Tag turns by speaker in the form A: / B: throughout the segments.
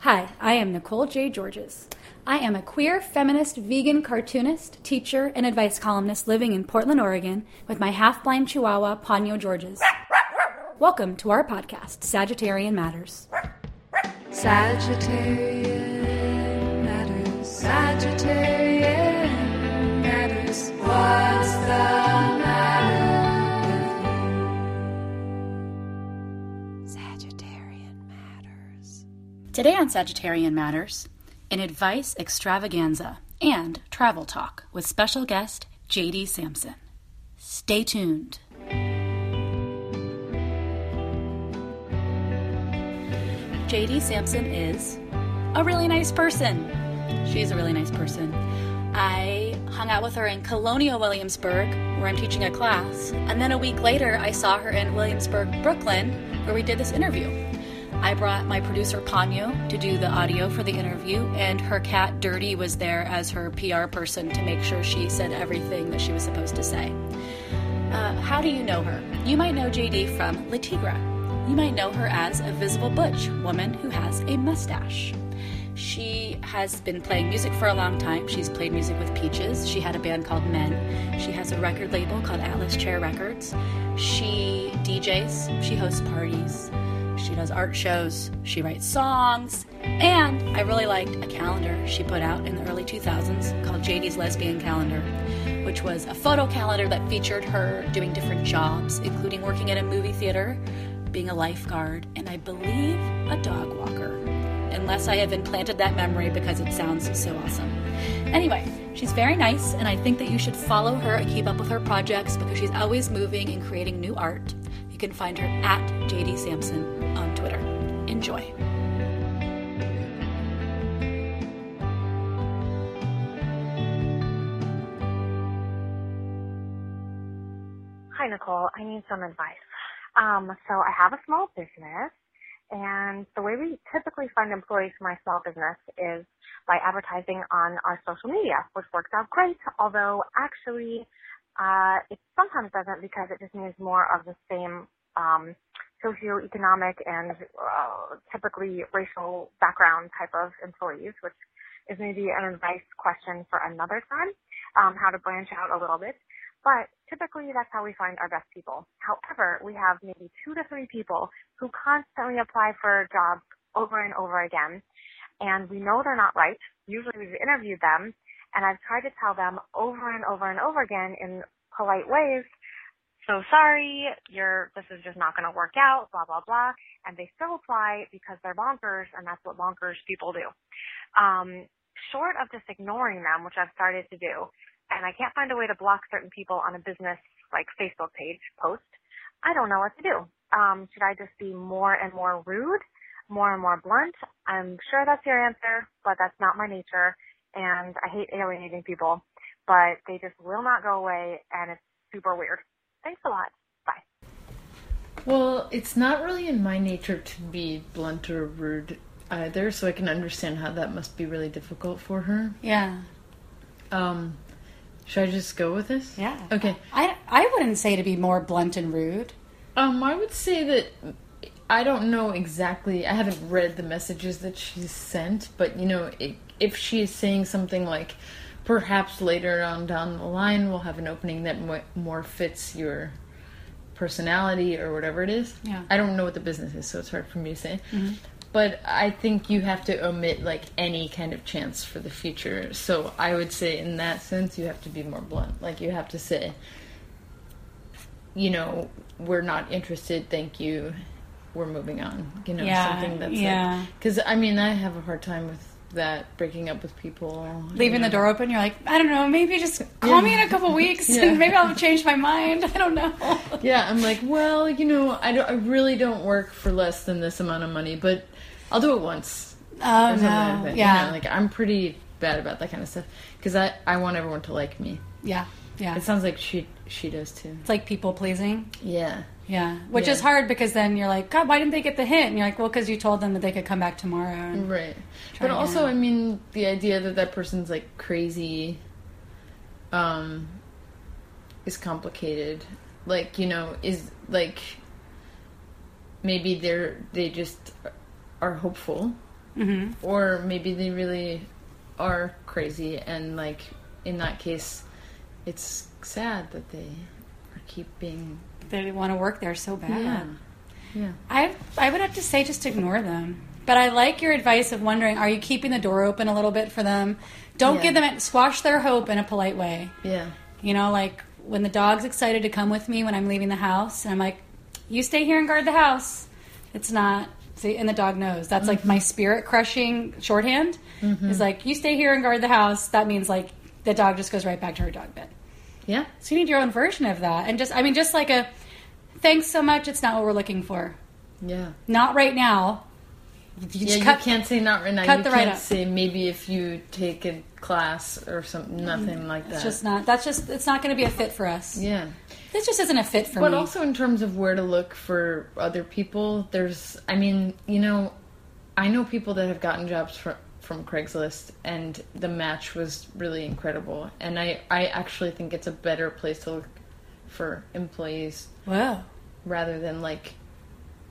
A: Hi, I am Nicole J. Georges. I am a queer, feminist, vegan cartoonist, teacher, and advice columnist living in Portland, Oregon, with my half blind chihuahua, Ponyo Georges. Welcome to our podcast, Sagittarian Matters.
B: Sagittarian matters. Sagittarian matters. What's the matter with you? Sagittarian matters.
A: Today on Sagittarian Matters, an advice extravaganza and travel talk with special guest JD Sampson. Stay tuned. JD Sampson is a really nice person. She's a really nice person. I hung out with her in Colonial Williamsburg, where I'm teaching a class, and then a week later, I saw her in Williamsburg, Brooklyn, where we did this interview. I brought my producer Ponyo to do the audio for the interview, and her cat Dirty was there as her PR person to make sure she said everything that she was supposed to say. Uh, how do you know her? You might know JD from La Tigra. You might know her as a visible butch woman who has a mustache. She has been playing music for a long time. She's played music with Peaches. She had a band called Men. She has a record label called Atlas Chair Records. She DJs. She hosts parties. She does art shows. She writes songs. And I really liked a calendar she put out in the early 2000s called JD's Lesbian Calendar, which was a photo calendar that featured her doing different jobs, including working at a movie theater, being a lifeguard, and I believe a dog walker. Unless I have implanted that memory because it sounds so awesome. Anyway, she's very nice, and I think that you should follow her and keep up with her projects because she's always moving and creating new art. You can find her at JD Sampson on Twitter. Enjoy.
C: Hi, Nicole. I need some advice. Um, so I have a small business, and the way we typically find employees for my small business is by advertising on our social media, which works out great, although actually uh, it sometimes doesn't because it just means more of the same um, socioeconomic and uh, typically racial background type of employees, which is maybe an advice question for another time, um, how to branch out a little bit. But typically that's how we find our best people. However, we have maybe two to three people who constantly apply for jobs over and over again. And we know they're not right. Usually we've interviewed them and I've tried to tell them over and over and over again in polite ways, so sorry, you're, this is just not going to work out, blah, blah, blah. And they still apply because they're bonkers and that's what bonkers people do. Um, short of just ignoring them, which I've started to do, and I can't find a way to block certain people on a business like Facebook page post, I don't know what to do. Um, should I just be more and more rude, more and more blunt? I'm sure that's your answer, but that's not my nature, and I hate alienating people, but they just will not go away, and it's super weird. Thanks a lot. Bye.
D: Well, it's not really in my nature to be blunt or rude either, so I can understand how that must be really difficult for her.
A: Yeah.
D: Um, should I just go with this?
A: Yeah.
D: Okay.
A: I, I wouldn't say to be more blunt and rude.
D: Um, I would say that I don't know exactly. I haven't read the messages that she's sent, but you know, i if she is saying something like, perhaps later on down the line we'll have an opening that mo- more fits your personality or whatever it is.
A: Yeah.
D: I don't know what the business is, so it's hard for me to say. But I think you have to omit like any kind of chance for the future. So I would say in that sense you have to be more blunt. Like you have to say, you know, we're not interested. Thank you. We're moving on. You know,
A: Yeah,
D: something that's
A: yeah.
D: Because I mean, I have a hard time with that breaking up with people.
A: Leaving the door open, you're like, I don't know, maybe just call me in a couple weeks
D: Yeah.
A: and maybe I'll have changed my mind. I don't know.
D: Yeah, I'm like, well, you know, I don't. I really don't work for less than this amount of money, but I'll do it once.
A: Oh,
D: or something like
A: no.
D: that.
A: yeah.
D: You know, like I'm pretty bad about that kind of stuff because I I want everyone to like me.
A: yeah. Yeah.
D: It
A: It's,
D: sounds like she she does too.
A: like people pleasing.
D: Yeah.
A: Yeah. Which
D: Yeah.
A: is hard because then you're like, God, why didn't they get the hint? And you're like, well, because you told them that they could come back tomorrow. And
D: Right.
A: Try
D: but
A: it
D: also,
A: out.
D: I mean, the idea that that person's like crazy um is complicated. Like, you know, is like maybe they're they just are hopeful
A: Mm-hmm.
D: Or maybe they really are crazy, and like in that case, it's sad that they are keeping.
E: They want to work there so bad.
D: Mm. Yeah. Yeah.
E: I I would have to say just ignore them. But I like your advice of wondering: Are you keeping the door open a little bit for them? Don't
D: Yeah.
E: give them squash their hope in a polite way.
D: Yeah.
E: You know, like when the dog's excited to come with me when I'm leaving the house, and I'm like, "You stay here and guard the house." It's not. See, and the dog knows. That's like
D: Mm-hmm.
E: my spirit crushing shorthand. Is like, "You stay here and guard the house." That means like the dog just goes right back to her dog bed.
D: Yeah.
E: So you need your own version of that, and just I mean, just like a thanks so much. It's not what we're looking for.
D: Yeah.
E: Not right now. You
D: Yeah,
E: just
D: you
E: cut-
D: can't say not right now.
E: cut
D: you
E: the right
D: can't
E: up.
D: say maybe if you take a class or something, nothing like that.
E: It's just not. That's just. It's not going to be a fit for us.
D: yeah.
E: This just isn't a fit for
D: But
E: me.
D: also in terms of where to look for other people, there's. I mean, you know, I know people that have gotten jobs from from Craigslist, and the match was really incredible. And I I actually think it's a better place to look for employees
E: Whoa.
D: rather than like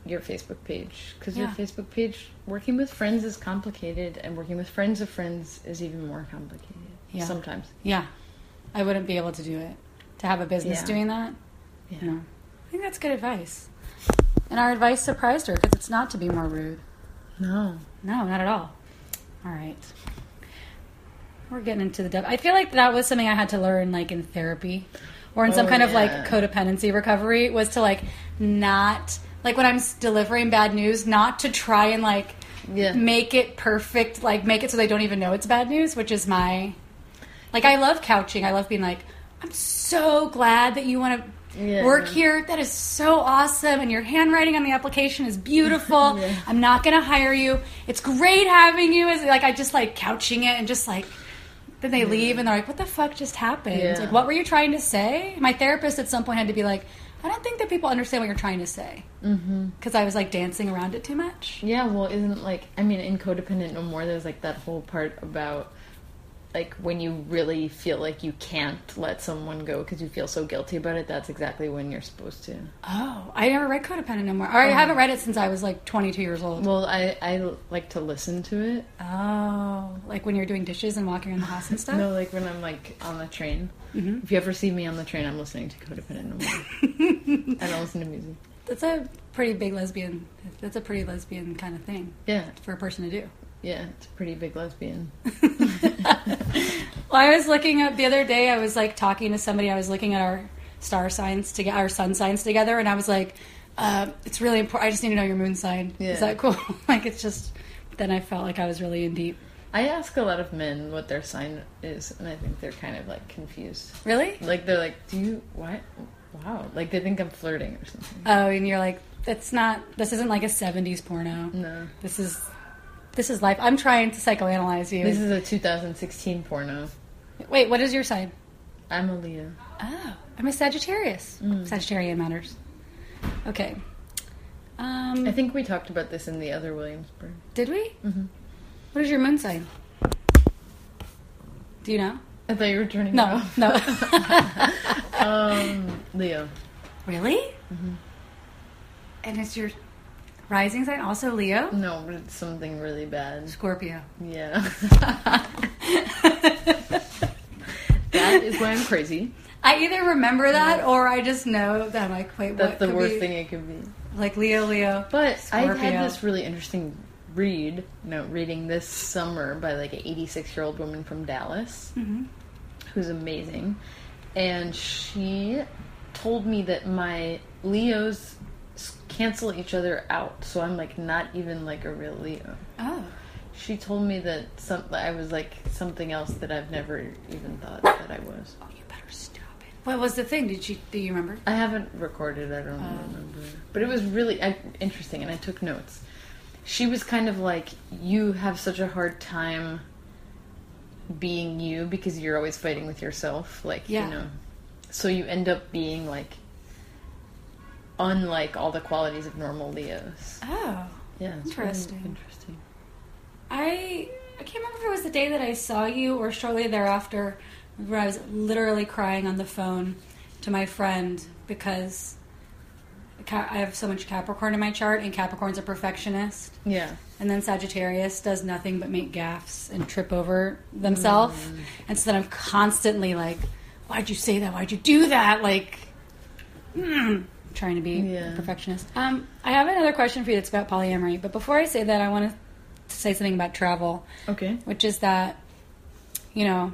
D: your Facebook page because
E: Yeah.
D: your Facebook page working with friends is complicated and working with friends of friends is even more complicated
E: Yeah.
D: sometimes
E: Yeah, I wouldn't be able to do it. To have a business
D: Yeah.
E: doing that.
D: yeah
E: No. I think that's good advice. And our advice surprised her because it's not to be more rude.
D: no
E: No, not at all. All right. We're getting into the depth. I feel like that was something I had to learn, like in therapy, or in some
D: Oh,
E: kind of like
D: yeah.
E: codependency recovery, was to like not like when I'm s- delivering bad news, not to try and like
D: Yeah.
E: make it perfect, like make it so they don't even know it's bad news, which is my like I love couching. I love being like, I'm so glad that you want to
D: Yeah.
E: work here. That is so awesome. And your handwriting on the application is beautiful. I'm not going to hire you. It's great having you. Is like I just like couching it and just like then they leave and they're like, "What the fuck just happened?
D: Yeah.
E: Like what were you trying to say?" My therapist at some point had to be like, "I don't think that people understand what you're trying to say."
D: Mm-hmm.
E: Cuz I was like dancing around it too much.
D: yeah well isn't like i mean in codependent no more there's like that whole part about like when you really feel like you can't let someone go because you feel so guilty about it that's exactly when you're supposed to
E: Oh, I never read Codependent no more. Or I
D: Oh.
E: haven't read it since I was like 22 years old.
D: well i i like to listen to it
E: Oh, like when you're doing dishes and walking around the house and stuff?
D: no like when i'm like on the train if you ever see me on the train i'm listening to codependent no more i don't listen to music
E: That's a pretty big lesbian. That's a pretty lesbian kind of thing
D: Yeah,
E: for a person to do.
D: yeah, it's a pretty big lesbian.
E: Well, I was looking up the other day. I was like talking to somebody. I was looking at our star signs together, our sun signs together, and I was like, uh, "It's really important. I just need to know your moon sign.
D: Yeah.
E: Is that cool? like, it's just." Then I felt like I was really in deep.
D: I ask a lot of men what their sign is, and I think they're kind of like confused.
E: Really?
D: Like they're like, "Do you what? Wow!" Like they think I'm flirting or something.
E: Oh, and you're like, "That's not. This isn't like a '70s porno.
D: No,
E: This is, this is life. I'm trying to psychoanalyze you.
D: this is a 2016 porno.
E: Wait, what is your sign?
D: I'm a Leo.
E: Oh, I'm a Sagittarius. Sagittarian matters. Okay. Um,
D: I think we talked about this in the other Williamsburg.
E: did we? Mm-hmm. What is your moon sign? Do you know?
D: I thought you were turning it
E: No,
D: off.
E: no.
D: Um, Leo.
E: really? Mm-hmm. And it's your rising sign also Leo?
D: No, but it's something really bad.
E: Mm. Scorpio.
D: Yeah. that is why I'm crazy.
E: I either remember that or I just know that I'm like, wait,
D: That's
E: what
D: the
E: could
D: worst
E: be-
D: thing it could be.
E: Like Leo, Leo.
D: But I
E: Scorpio.
D: had this really interesting read, no, reading this summer by like an 86 year old woman from Dallas
E: Mm-hmm.
D: who's amazing. And she told me that my Leos s- cancel each other out, so I'm like not even like a real Leo.
E: Oh,
D: She told me that some, that I was like something else that I've never even thought that I was.
E: oh, you better stop it. What was the thing? Did you do you remember?
D: I haven't recorded. I don't
E: Oh.
D: remember. But it was really I, interesting, and I took notes. She was kind of like, "You have such a hard time being you because you're always fighting with yourself, like
E: Yeah.
D: you know. So you end up being like unlike all the qualities of normal Leos.
E: Oh.
D: Yeah, it's really
E: Interesting.
D: interesting.
E: I I can't remember if it was the day that I saw you or shortly thereafter, where I was literally crying on the phone to my friend because Ca- I have so much Capricorn in my chart, and Capricorn's a perfectionist,
D: Yeah,
E: And then Sagittarius does nothing but make gaffes and trip over themselves. And so then I'm constantly like, why'd you say that? Why'd you do that? Like, mm, trying to be
D: Yeah.
E: a perfectionist. Um, I have another question for you that's about polyamory. But before I say that, I want to say something about travel
D: Okay.
E: which is that you know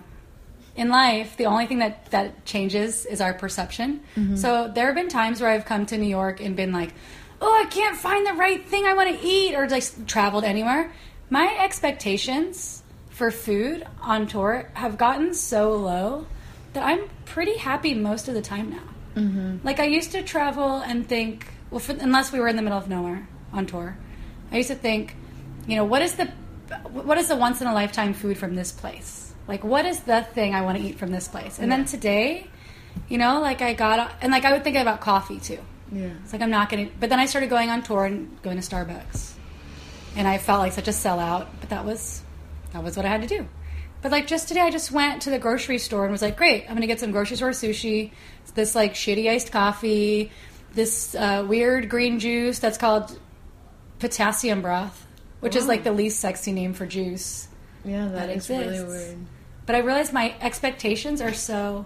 E: in life the only thing that that changes is our perception so there have been times where i've come to new york and been like oh i can't find the right thing i want to eat or like traveled anywhere my expectations for food on tour have gotten so low that i'm pretty happy most of the time now like i used to travel and think well for, unless we were in the middle of nowhere on tour i used to think you know what is the what is the once in a lifetime food from this place like what is the thing i want to eat from this place and then today you know like i got and like i would think about coffee too
D: Yeah.
E: it's like i'm not gonna but then i started going on tour and going to starbucks and i felt like such a sellout but that was that was what i had to do but like just today i just went to the grocery store and was like great i'm gonna get some grocery store sushi this like shitty iced coffee this uh, weird green juice that's called potassium broth, which is like the least sexy name for juice.
D: Yeah, that
E: That
D: is really
E: exists.
D: weird.
E: But I realized my expectations are so,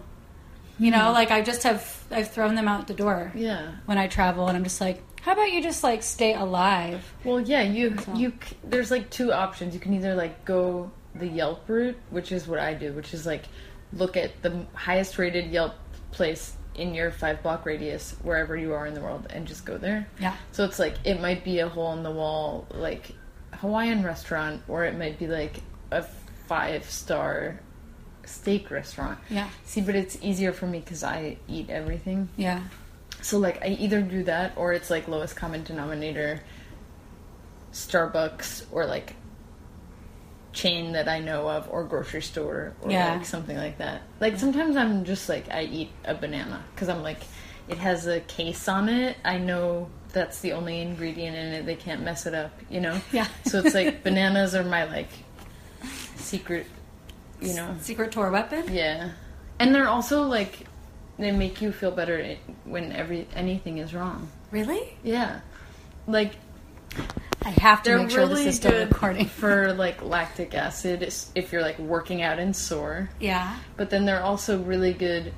E: you know, like I just have I've thrown them out the door
D: Yeah.
E: when I travel, and I'm just like, how about you just like stay alive?
D: Well, yeah, you you c- there's like two options. You can either like go the Yelp route, which is what I do, which is like look at the highest rated Yelp place in your 5 block radius wherever you are in the world and just go there.
E: Yeah.
D: So it's like it might be a hole in the wall like Hawaiian restaurant or it might be like a 5 star steak restaurant.
E: Yeah.
D: See, but it's easier for me cuz I eat everything.
E: Yeah,
D: So like I either do that or it's like lowest common denominator Starbucks or like chain that I know of or grocery store or
E: Yeah.
D: like something like that. Like sometimes I'm just like I eat a banana cuz I'm like it has a case on it. I know that's the only ingredient in it. They can't mess it up, you know?
E: Yeah.
D: So it's like bananas are my like secret, you know.
E: secret tour weapon.
D: Yeah, and they're also like they make you feel better i- when every anything is wrong.
E: Really?
D: Yeah, like
E: I have to
D: they're
E: make sure
D: really
E: this is still
D: good
E: recording.
D: for like lactic acid is- if you're like working out and sore.
E: Yeah,
D: But then they're also really good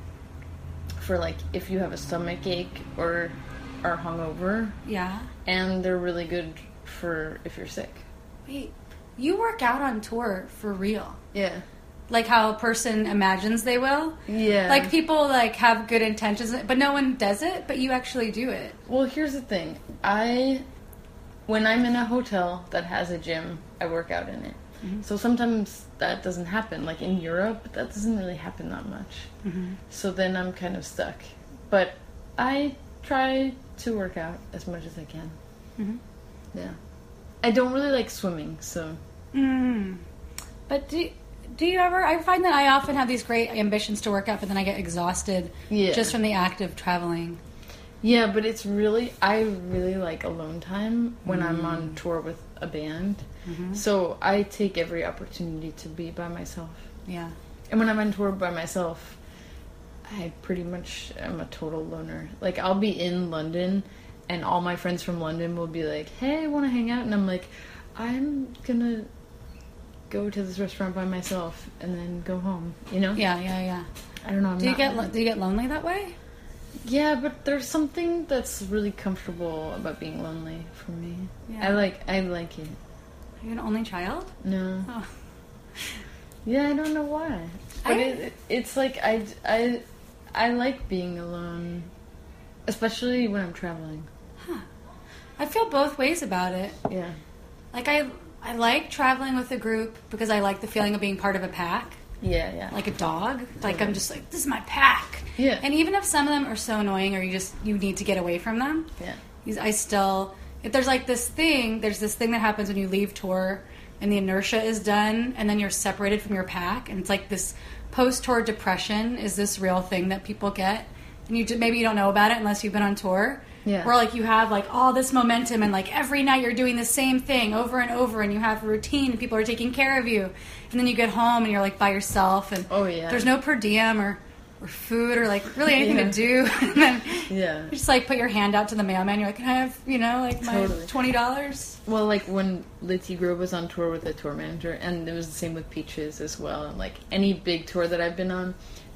D: for like if you have a stomach ache or are hungover,
E: yeah.
D: and they're really good for if you're sick.
E: Wait, you work out on tour for real?
D: Yeah,
E: Like how a person imagines they will?
D: yeah.
E: Like people like have good intentions, but no one does it. But you actually do it.
D: Well, here's the thing. I, when I'm in a hotel that has a gym, I work out in it. So sometimes that doesn't happen. Like in Europe, that doesn't really happen that much. So then I'm kind of stuck. But I try to work out as much as I can. Yeah. I don't really like swimming, so
E: Mm. But do do you ever? I find that I often have these great ambitions to work out, but then I get exhausted
D: Yeah.
E: just from the act of traveling.
D: yeah. But it's really I really like alone time when I'm on tour with a band. So I take every opportunity to be by myself.
E: Yeah.
D: And when I'm on tour by myself, I pretty much am a total loner. Like I'll be in London, and all my friends from London will be like, "Hey, I want to hang out," and I'm like, "I'm gonna go to this restaurant by myself and then go home." You know?
E: Yeah. Yeah. Yeah.
D: I don't know. I'm
E: Do you
D: not-
E: get lo- do you get lonely that way?
D: Yeah, but there's something that's really comfortable about being lonely for me.
E: Yeah.
D: I like. I like it.
E: Are you an only child?
D: No.
E: Oh.
D: Yeah, I don't know why. But
E: I-
D: it, it's like I, I, I like being alone, especially when I'm traveling.
E: I feel both ways about it.
D: Yeah.
E: Like I I like traveling with a group because I like the feeling of being part of a pack.
D: Yeah, yeah.
E: like a dog. Like I'm just like this is my pack.
D: Yeah.
E: And even if some of them are so annoying, or you just you need to get away from them.
D: Yeah.
E: these- I still if there's like this thing, there's this thing that happens when you leave tour and the inertia is done, and then you're separated from your pack, and it's like this post tour depression is this real thing that people get, and you ju- maybe you don't know about it unless you've been on tour.
D: Yeah.
E: Where like you have like all this momentum and like every night you're doing the same thing over and over and you have a routine and people are taking care of you and then you get home and you're like by yourself and
D: Oh, yeah.
E: there's no per diem or or food or like really anything to do. and then
D: Yeah.
E: you just like put your hand out to the mailman. You're like, can I have you know like my
D: Totally.
E: twenty dollars?
D: Well, like when Litzy Grove was on tour with a tour manager, and it was the same with Peaches as well. And like any big tour that I've been on,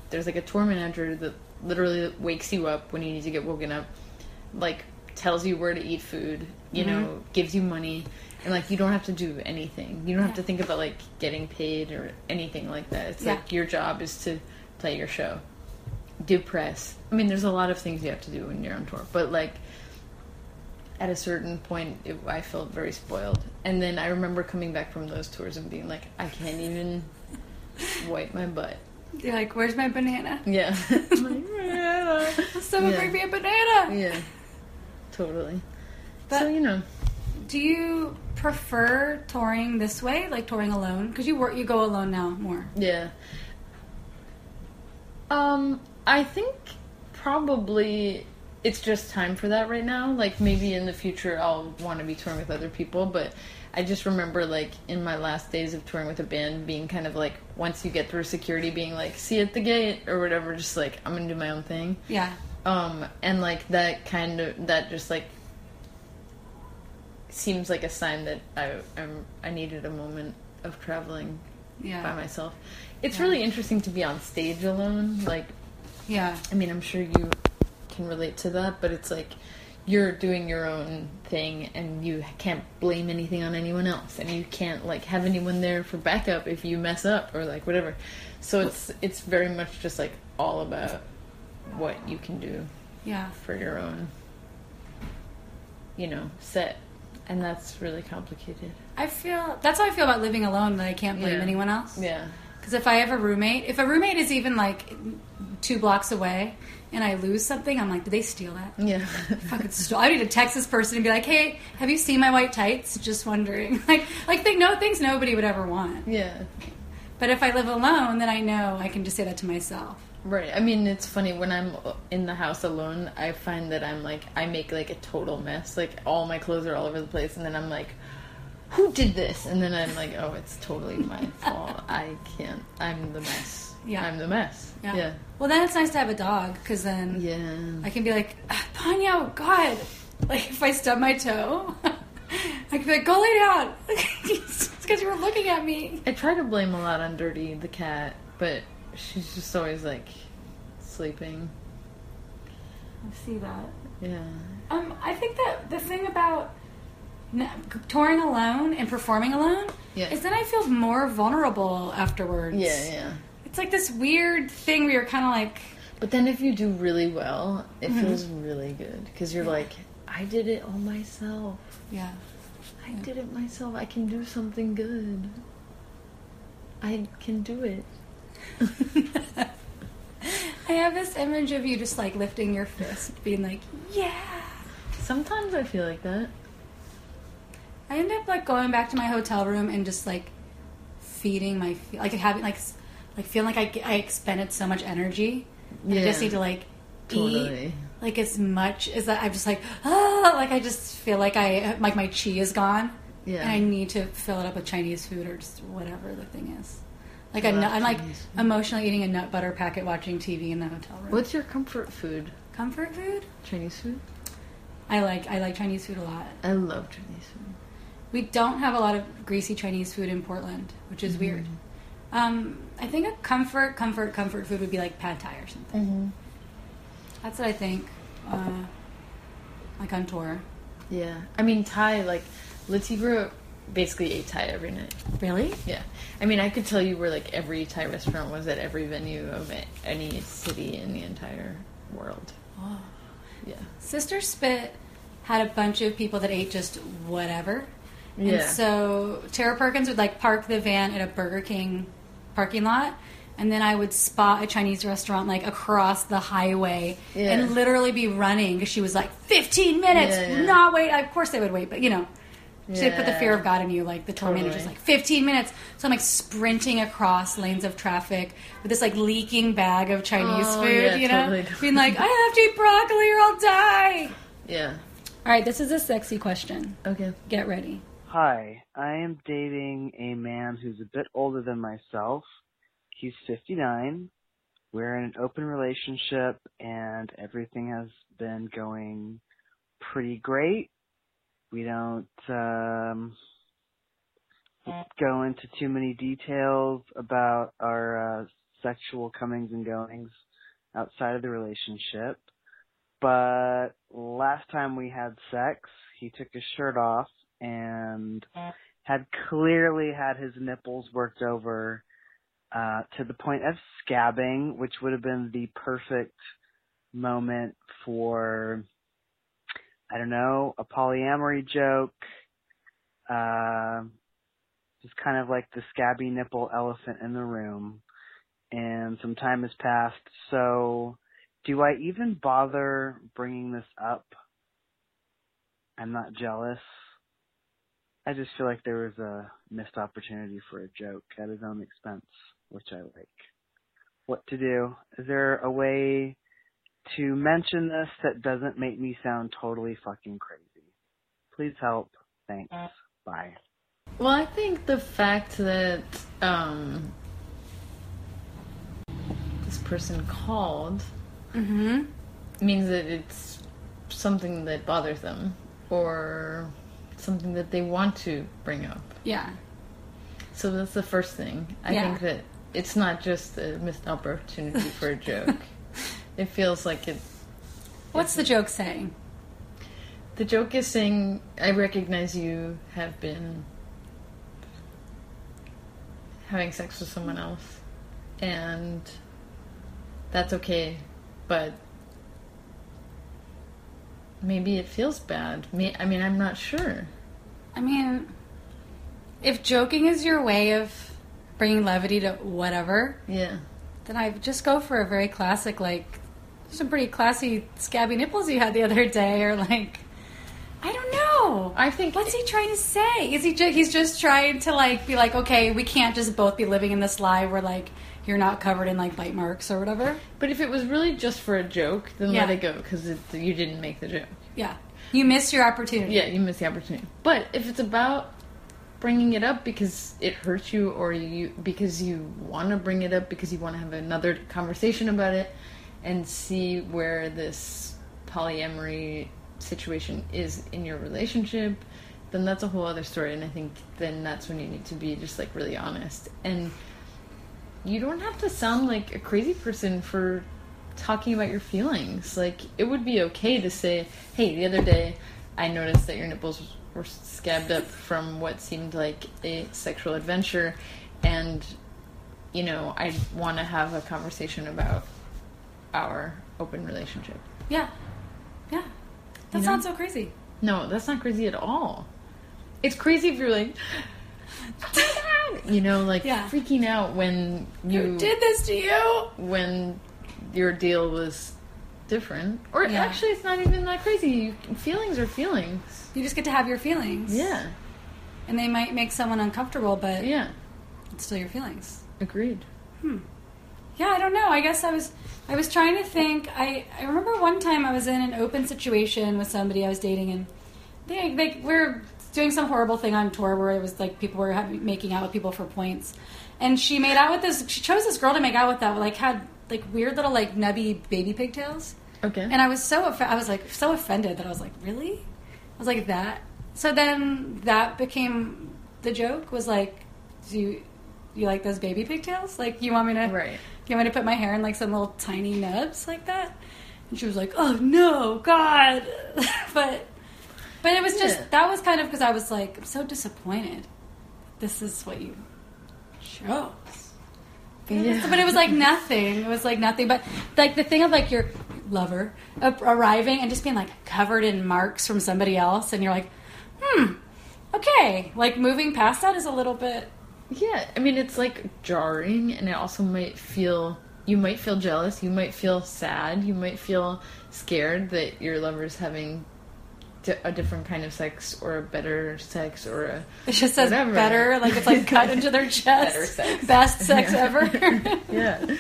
D: there's like a tour manager that literally wakes you up when you need to get woken up, like tells you where to eat food, you know, gives you money, and like you don't have to do anything. You don't have to think about like getting paid or anything like that. It's
E: Yeah.
D: like your job is to play your show, do press. I mean, there's a lot of things you have to do when you're on tour, but like at a certain point, it, I felt very spoiled. And then I remember coming back from those tours and being like, I can't even wipe my butt.
E: You're like, where's my banana?
D: Yeah. I'm like, "Yeah."
E: Someone
D: Yeah.
E: bring me a banana.
D: yeah. Totally. so,
E: But-
D: you know,
E: Do you prefer touring this way, like touring alone? Because you work, you go alone now more.
D: yeah. Um, I think probably it's just time for that right now. Like, maybe in the future I'll want to be touring with other people, but I just remember, like, in my last days of touring with a band, being kind of like, once you get through security, being like, see you at the gate or whatever, just like, I'm gonna do my own thing.
E: Yeah,
D: um and like that kind of that just like seems like a sign that i I'm, i needed a moment of traveling
E: yeah,
D: by myself it's really interesting to be on stage alone like
E: yeah,
D: i mean i'm sure you can relate to that but it's like you're doing your own thing and you can't blame anything on anyone else and you can't like have anyone there for backup if you mess up or like whatever so it's it's very much just like all about what you can do
E: yeah.
D: for your own, you know, set. And that's really complicated.
E: I feel that's how I feel about living alone. That I can't blame
D: Yeah.
E: anyone else.
D: Yeah.
E: Because if I have a roommate, if a roommate is even like two blocks away, and I lose something, I'm like, did they steal that?
D: Yeah.
E: Fucking stole. I need to text this person and be like, hey, have you seen my white tights? Just wondering. Like, like they know things nobody would ever want.
D: yeah.
E: But if I live alone, then I know I can just say that to myself.
D: Right. I mean, it's funny when I'm in the house alone, I find that I'm like I make like a total mess. Like all my clothes are all over the place and then I'm like who did this? And then I'm like, oh, it's totally my fault. I can't. I'm the mess.
E: Yeah.
D: I'm the mess. Yeah.
E: Well, then it's nice to have a dog because then
D: Yeah.
E: I can be like, "Ah, Ponyo, God. Like, if I stub my toe, I can be like, go lay down. it's because you were looking at me.
D: I try to blame a lot on Dirty the cat, but she's just always like sleeping.
E: I see that.
D: Yeah.
E: Um, I think that the thing about n- touring alone and performing alone
D: Yeah.
E: is that I feel more vulnerable afterwards.
D: Yeah, yeah.
E: It's like this weird thing where you're kind of like,
D: But then if you do really well, it feels really good because you're like, I did it all myself.
E: yeah,
D: I did it myself. I can do something good. I can do it.
E: I have this image of you just like lifting your fist, being like, yeah.
D: Sometimes I feel like that.
E: I end up like going back to my hotel room and just like feeding my fe- like having like s- like feeling like I, g- I expended so much energy. and I just
D: Yeah.
E: need to like eat
D: Totally.
E: like as much as that I'm just like ah like I just feel like I uh, like my chi is gone
D: Yeah.
E: and I need to fill it up with Chinese food or just whatever the thing is. Like a
D: love
E: nut, I'm like
D: Chinese food.
E: emotionally eating a nut butter packet watching TV in the hotel room.
D: What's your comfort food?
E: comfort food?
D: Chinese food?
E: I like I like Chinese food a lot.
D: I love Chinese food.
E: We don't have a lot of greasy Chinese food in Portland, which is weird. Um, I think a comfort, comfort, comfort food would be like pad thai or something. That's what I think. Uh, like on tour.
D: Yeah. I mean, Thai, like, Litzy grew up basically ate Thai every night.
E: Really?
D: Yeah, I mean, I could tell you where like every Thai restaurant was at every venue of a- any city in the entire world. Yeah,
E: Sister Spit had a bunch of people that ate just whatever. And
D: Yeah.
E: so Tara Perkins would like park the van at a Burger King parking lot. And then I would spot a Chinese restaurant like across the highway
D: Yeah.
E: and literally be running because she was like, 15 minutes,
D: Yeah, yeah.
E: not wait. Of course they would wait, but you know, she put the
D: Yeah.
E: fear of God in you. Like the tour manager's
D: Totally.
E: like, 15 minutes. So I'm like sprinting across lanes of traffic with this like leaking bag of Chinese
D: Oh,
E: food,
D: yeah,
E: you know?
D: totally.
E: Being like, I have to eat broccoli or I'll die.
D: yeah.
E: All right, this is a sexy question.
D: Okay.
E: Get ready.
F: Hi, I am dating a man who's a bit older than myself. He's 59. we're in an open relationship and everything has been going pretty great. We don't um, go into too many details about our uh, sexual comings and goings outside of the relationship. But last time we had sex, he took his shirt off and had clearly had his nipples worked over uh, to the point of scabbing, which would have been the perfect moment for, I don't know, a polyamory joke. Uh, just kind of like the scabby nipple elephant in the room. And some time has passed. So, do I even bother bringing this up? I'm not jealous. I just feel like there was a missed opportunity for a joke at his own expense, which I like. What to do? Is there a way to mention this that doesn't make me sound totally fucking crazy? Please help. Thanks. Bye.
D: Well, I think the fact that um, this person called means that it's something that bothers them or something that they want to bring up.
E: Yeah.
D: So that's the first thing. I
E: Yeah.
D: think that it's not just a missed opportunity for a joke. it feels like it.
E: What's the joke saying?
D: The joke is saying, "I recognize you have been having sex with someone else, and that's okay, but." Maybe it feels bad. May- I mean, I'm not sure.
E: I mean, if joking is your way of bringing levity to whatever,
D: Yeah.
E: then I just go for a very classic, like some pretty classy scabby nipples you had the other day, or like I don't know.
D: I think-
E: what's he trying to say? Is he ju- he's just trying to like be like, okay, we can't just both be living in this lie where like you're not covered in like bite marks or whatever.
D: But if it was really just for a joke, then let
E: Yeah.
D: it go because you didn't make the joke.
E: Yeah, you missed your opportunity.
D: Yeah, you miss the opportunity. But if it's about bringing it up because it hurts you, or you because you want to bring it up because you want to have another conversation about it, and see where this polyamory situation is in your relationship, then that's a whole other story. And I think then that's when you need to be just like really honest and you don't have to sound like a crazy person for talking about your feelings. Like it would be okay to say, "Hey, the other day I noticed that your nipples were scabbed up from what seemed like a sexual adventure and you know, I want to have a conversation about our open relationship."
E: yeah, yeah. That sounds so crazy.
D: No, that's not crazy at all. It's crazy if you're like you know, like
E: Yeah.
D: freaking out when you
E: Who did this to you?
D: when your deal was different or
E: Yeah.
D: actually it's not even that crazy you, feelings are feelings
E: You just get to have your feelings.
D: yeah
E: And they might make someone uncomfortable, but
D: yeah
E: it's still your feelings.
D: agreed
E: Yeah, I don't know. I guess I was I was trying to think. I I remember one time I was in an open situation with somebody I was dating, and they they were doing some horrible thing on tour where it was like people were having, making out with people for points, and she made out with this. She chose this girl to make out with that like had like weird little like nubby baby pigtails.
D: okay
E: And I was so offe- I was like so offended that I was like, really? I was like that. So then that became the joke was like, do you, you like those baby pigtails? Like you want me to
D: Right.
E: You want me to put my hair in like some little tiny nubs like that? And she was like, oh no, God. but but it was just
D: Yeah.
E: that was kind of because I was like I'm so disappointed. This is what you chose.
D: Yeah.
E: But it was like nothing. It was like nothing. But like the thing of like your lover uh, arriving and just being like covered in marks from somebody else, and you're like, hmm, okay. Like moving past that is a little bit.
D: yeah i mean it's like jarring and it also might feel you might feel jealous you might feel sad you might feel scared that your lover's having di- a different kind of sex or a better sex or a
E: It just says
D: Whatever.
E: better. Like it's like cut into their chest.
D: Better sex.
E: Best sex
D: Yeah.
E: ever.
D: yeah.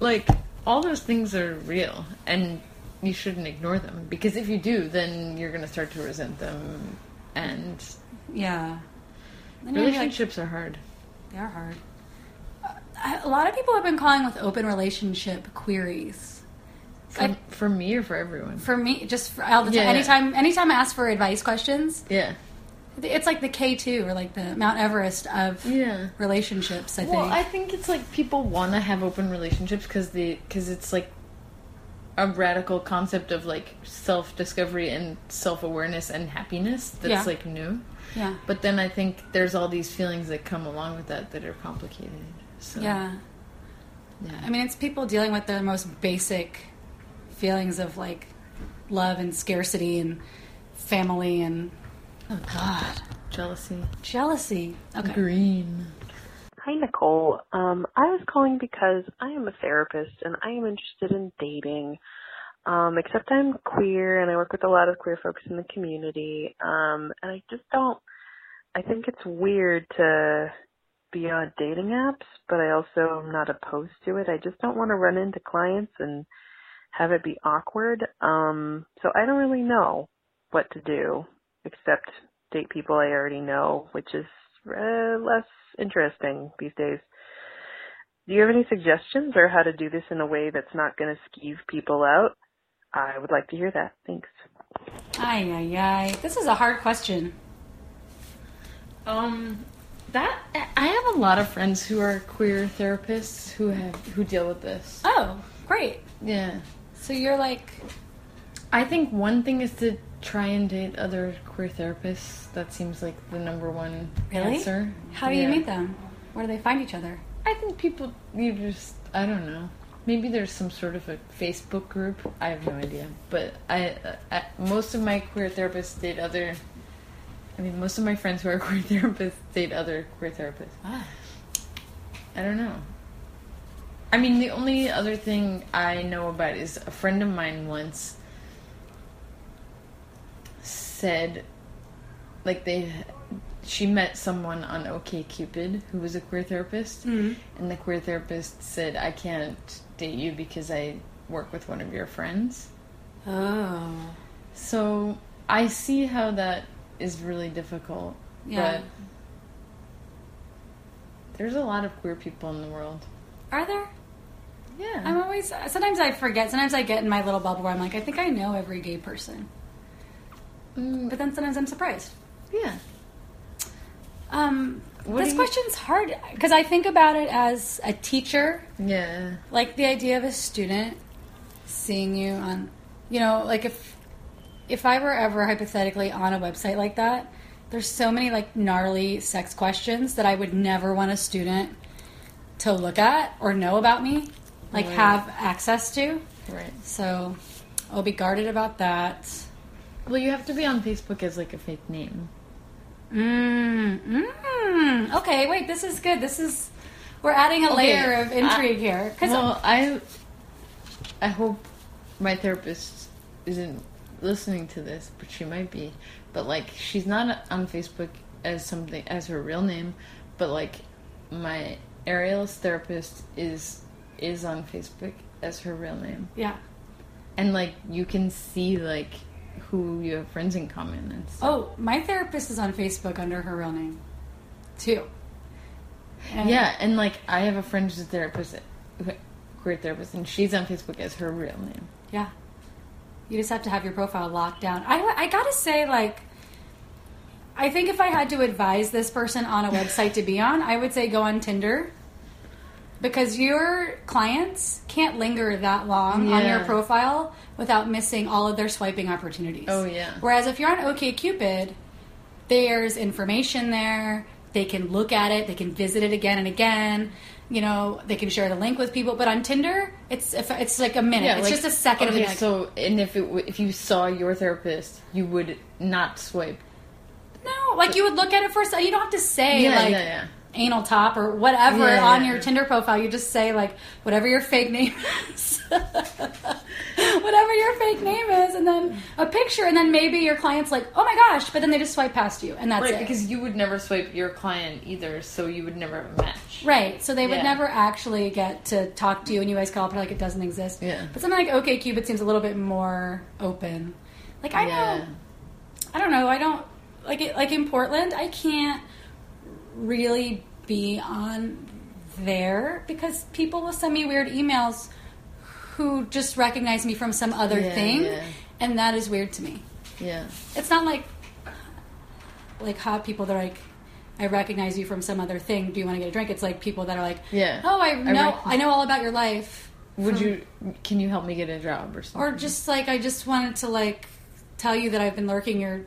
D: Like all those things are real and you shouldn't ignore them because if you do then you're going to start to resent them and
E: yeah. And you're gonna be like,
D: relationships are hard.
E: They are hard. Uh, I- a lot of people have been calling with open relationship queries.
D: For,
E: Like-
D: for me or for everyone?
E: For me, just for all the time,
D: Yeah, yeah.
E: anytime, anytime I ask for advice questions,
D: Yeah.
E: it's like the K two or like the Mount Everest of
D: Yeah.
E: relationships. I
D: Well,
E: think.
D: I think it's like people want to have open relationships because they because it's like a radical concept of like self discovery and self awareness and happiness that's
E: Yeah.
D: like new.
E: yeah,
D: But then I think there's all these feelings that come along with that that are complicated. So,
E: yeah. I mean, it's people dealing with their most basic feelings of like love and scarcity and family and
D: Oh, God. Jealousy.
E: jealousy. Okay.
D: Green.
G: Hi, Nicole. Um, I was calling because I am a therapist and I am interested in dating. Um, except I'm queer and I work with a lot of queer folks in the community. Um, and I just don't, I think it's weird to be on dating apps, but I also am not opposed to it. I just don't want to run into clients and have it be awkward. Um, so I don't really know what to do except date people I already know, which is uh, less interesting these days. Do you have any suggestions or how to do this in a way that's not going to skeeve people out? I would like to hear that. Thanks.
E: Ay, ay, ay. This is a hard question.
D: Um, that I have a lot of friends who are queer therapists who have who deal with this.
E: Oh, great.
D: Yeah.
E: So you're like,
D: I think one thing is to try and date other queer therapists. That seems like the number one
E: Really?
D: answer.
E: how do you
D: Yeah.
E: meet them? Where do they find each other?
D: I think people, you just, I don't know. Maybe there's some sort of a Facebook group. I have no idea. But I, I most of my queer therapists date other. I mean, most of my friends who are queer therapists date other queer therapists. I don't know. I mean, the only other thing I know about is a friend of mine once said, like they, she met someone on OKCupid who was a queer therapist, and the queer therapist said, "I can't date you because I work with one of your friends."
E: Oh.
D: So I see how that is really difficult.
E: Yeah.
D: But there's a lot of queer people in the world.
E: Are there?
D: Yeah.
E: I'm always, sometimes I forget. Sometimes I get in my little bubble where I'm like, I think I know every gay person.
D: Mm,
E: But then sometimes I'm surprised.
D: yeah.
E: Um,
D: What
E: this
D: do you-
E: question's hard because I think about it as a teacher
D: Yeah.
E: like the idea of a student seeing you on you know like if if i were ever hypothetically on a website like that there's so many like gnarly sex questions that i would never want a student to look at or know about me like have access to
D: Right.
E: so i'll be guarded about that
D: Well, you have to be on Facebook as like a fake name.
E: mm, mm, okay wait this is good this is we're adding a
D: Okay,
E: layer of intrigue here because
D: Well, I I hope my therapist isn't listening to this, but she might be. But like she's not on Facebook as something as her real name, but like my Ariel's therapist is is on Facebook as her real name.
E: yeah
D: And like you can see like who you have friends in common and stuff.
E: Oh, my therapist is on Facebook under her real name, too. And-
D: Yeah, and like I have a friend who's a therapist, queer therapist, and she's on Facebook as her real name.
E: yeah. You just have to have your profile locked down. I, I gotta say, like, I think if I had to advise this person on a website to be on, I would say go on Tinder because your clients can't linger that long on
D: Yeah.
E: your profile without missing all of their swiping opportunities.
D: Oh, yeah.
E: Whereas if you're on OKCupid, there's information there. They can look at it. They can visit it again and again. You know, they can share the link with people. But on Tinder, it's it's like a minute. it's
D: like-
E: just a second of
D: okay,
E: it. Like,
D: so, and if it w- if you saw your therapist, you would not swipe.
E: no, like you would look at it first. You don't have to say
D: Yeah,
E: like
D: yeah, yeah.
E: anal top or whatever
D: Yeah,
E: on
D: yeah.
E: your Tinder profile. You just say like whatever your fake name is, whatever your fake name is, and then a picture, and then maybe your client's like, oh my gosh, but then they just swipe past you, and that's
D: Right,
E: it.
D: because you would never swipe your client either, so you would never match.
E: Right. So they would
D: Yeah.
E: never actually get to talk to you, and you guys call it like it doesn't exist.
D: Yeah.
E: But something like OKCupid seems a little bit more open. Like I
D: Yeah.
E: know, I don't know. I don't like it. Like in Portland, I can't really be on there because people will send me weird emails who just recognize me from some other
D: Yeah,
E: thing,
D: yeah.
E: and that is weird to me.
D: Yeah.
E: It's not like like hot people that are like I recognize you from some other thing. Do you want to get a drink? It's like people that are like,
D: Yeah.
E: oh, I know, I,
D: recognize-
E: know all about your life,
D: Would you? Can you help me get a job Hmm. or
E: or
D: something?
E: just like I just wanted to like tell you that I've been lurking your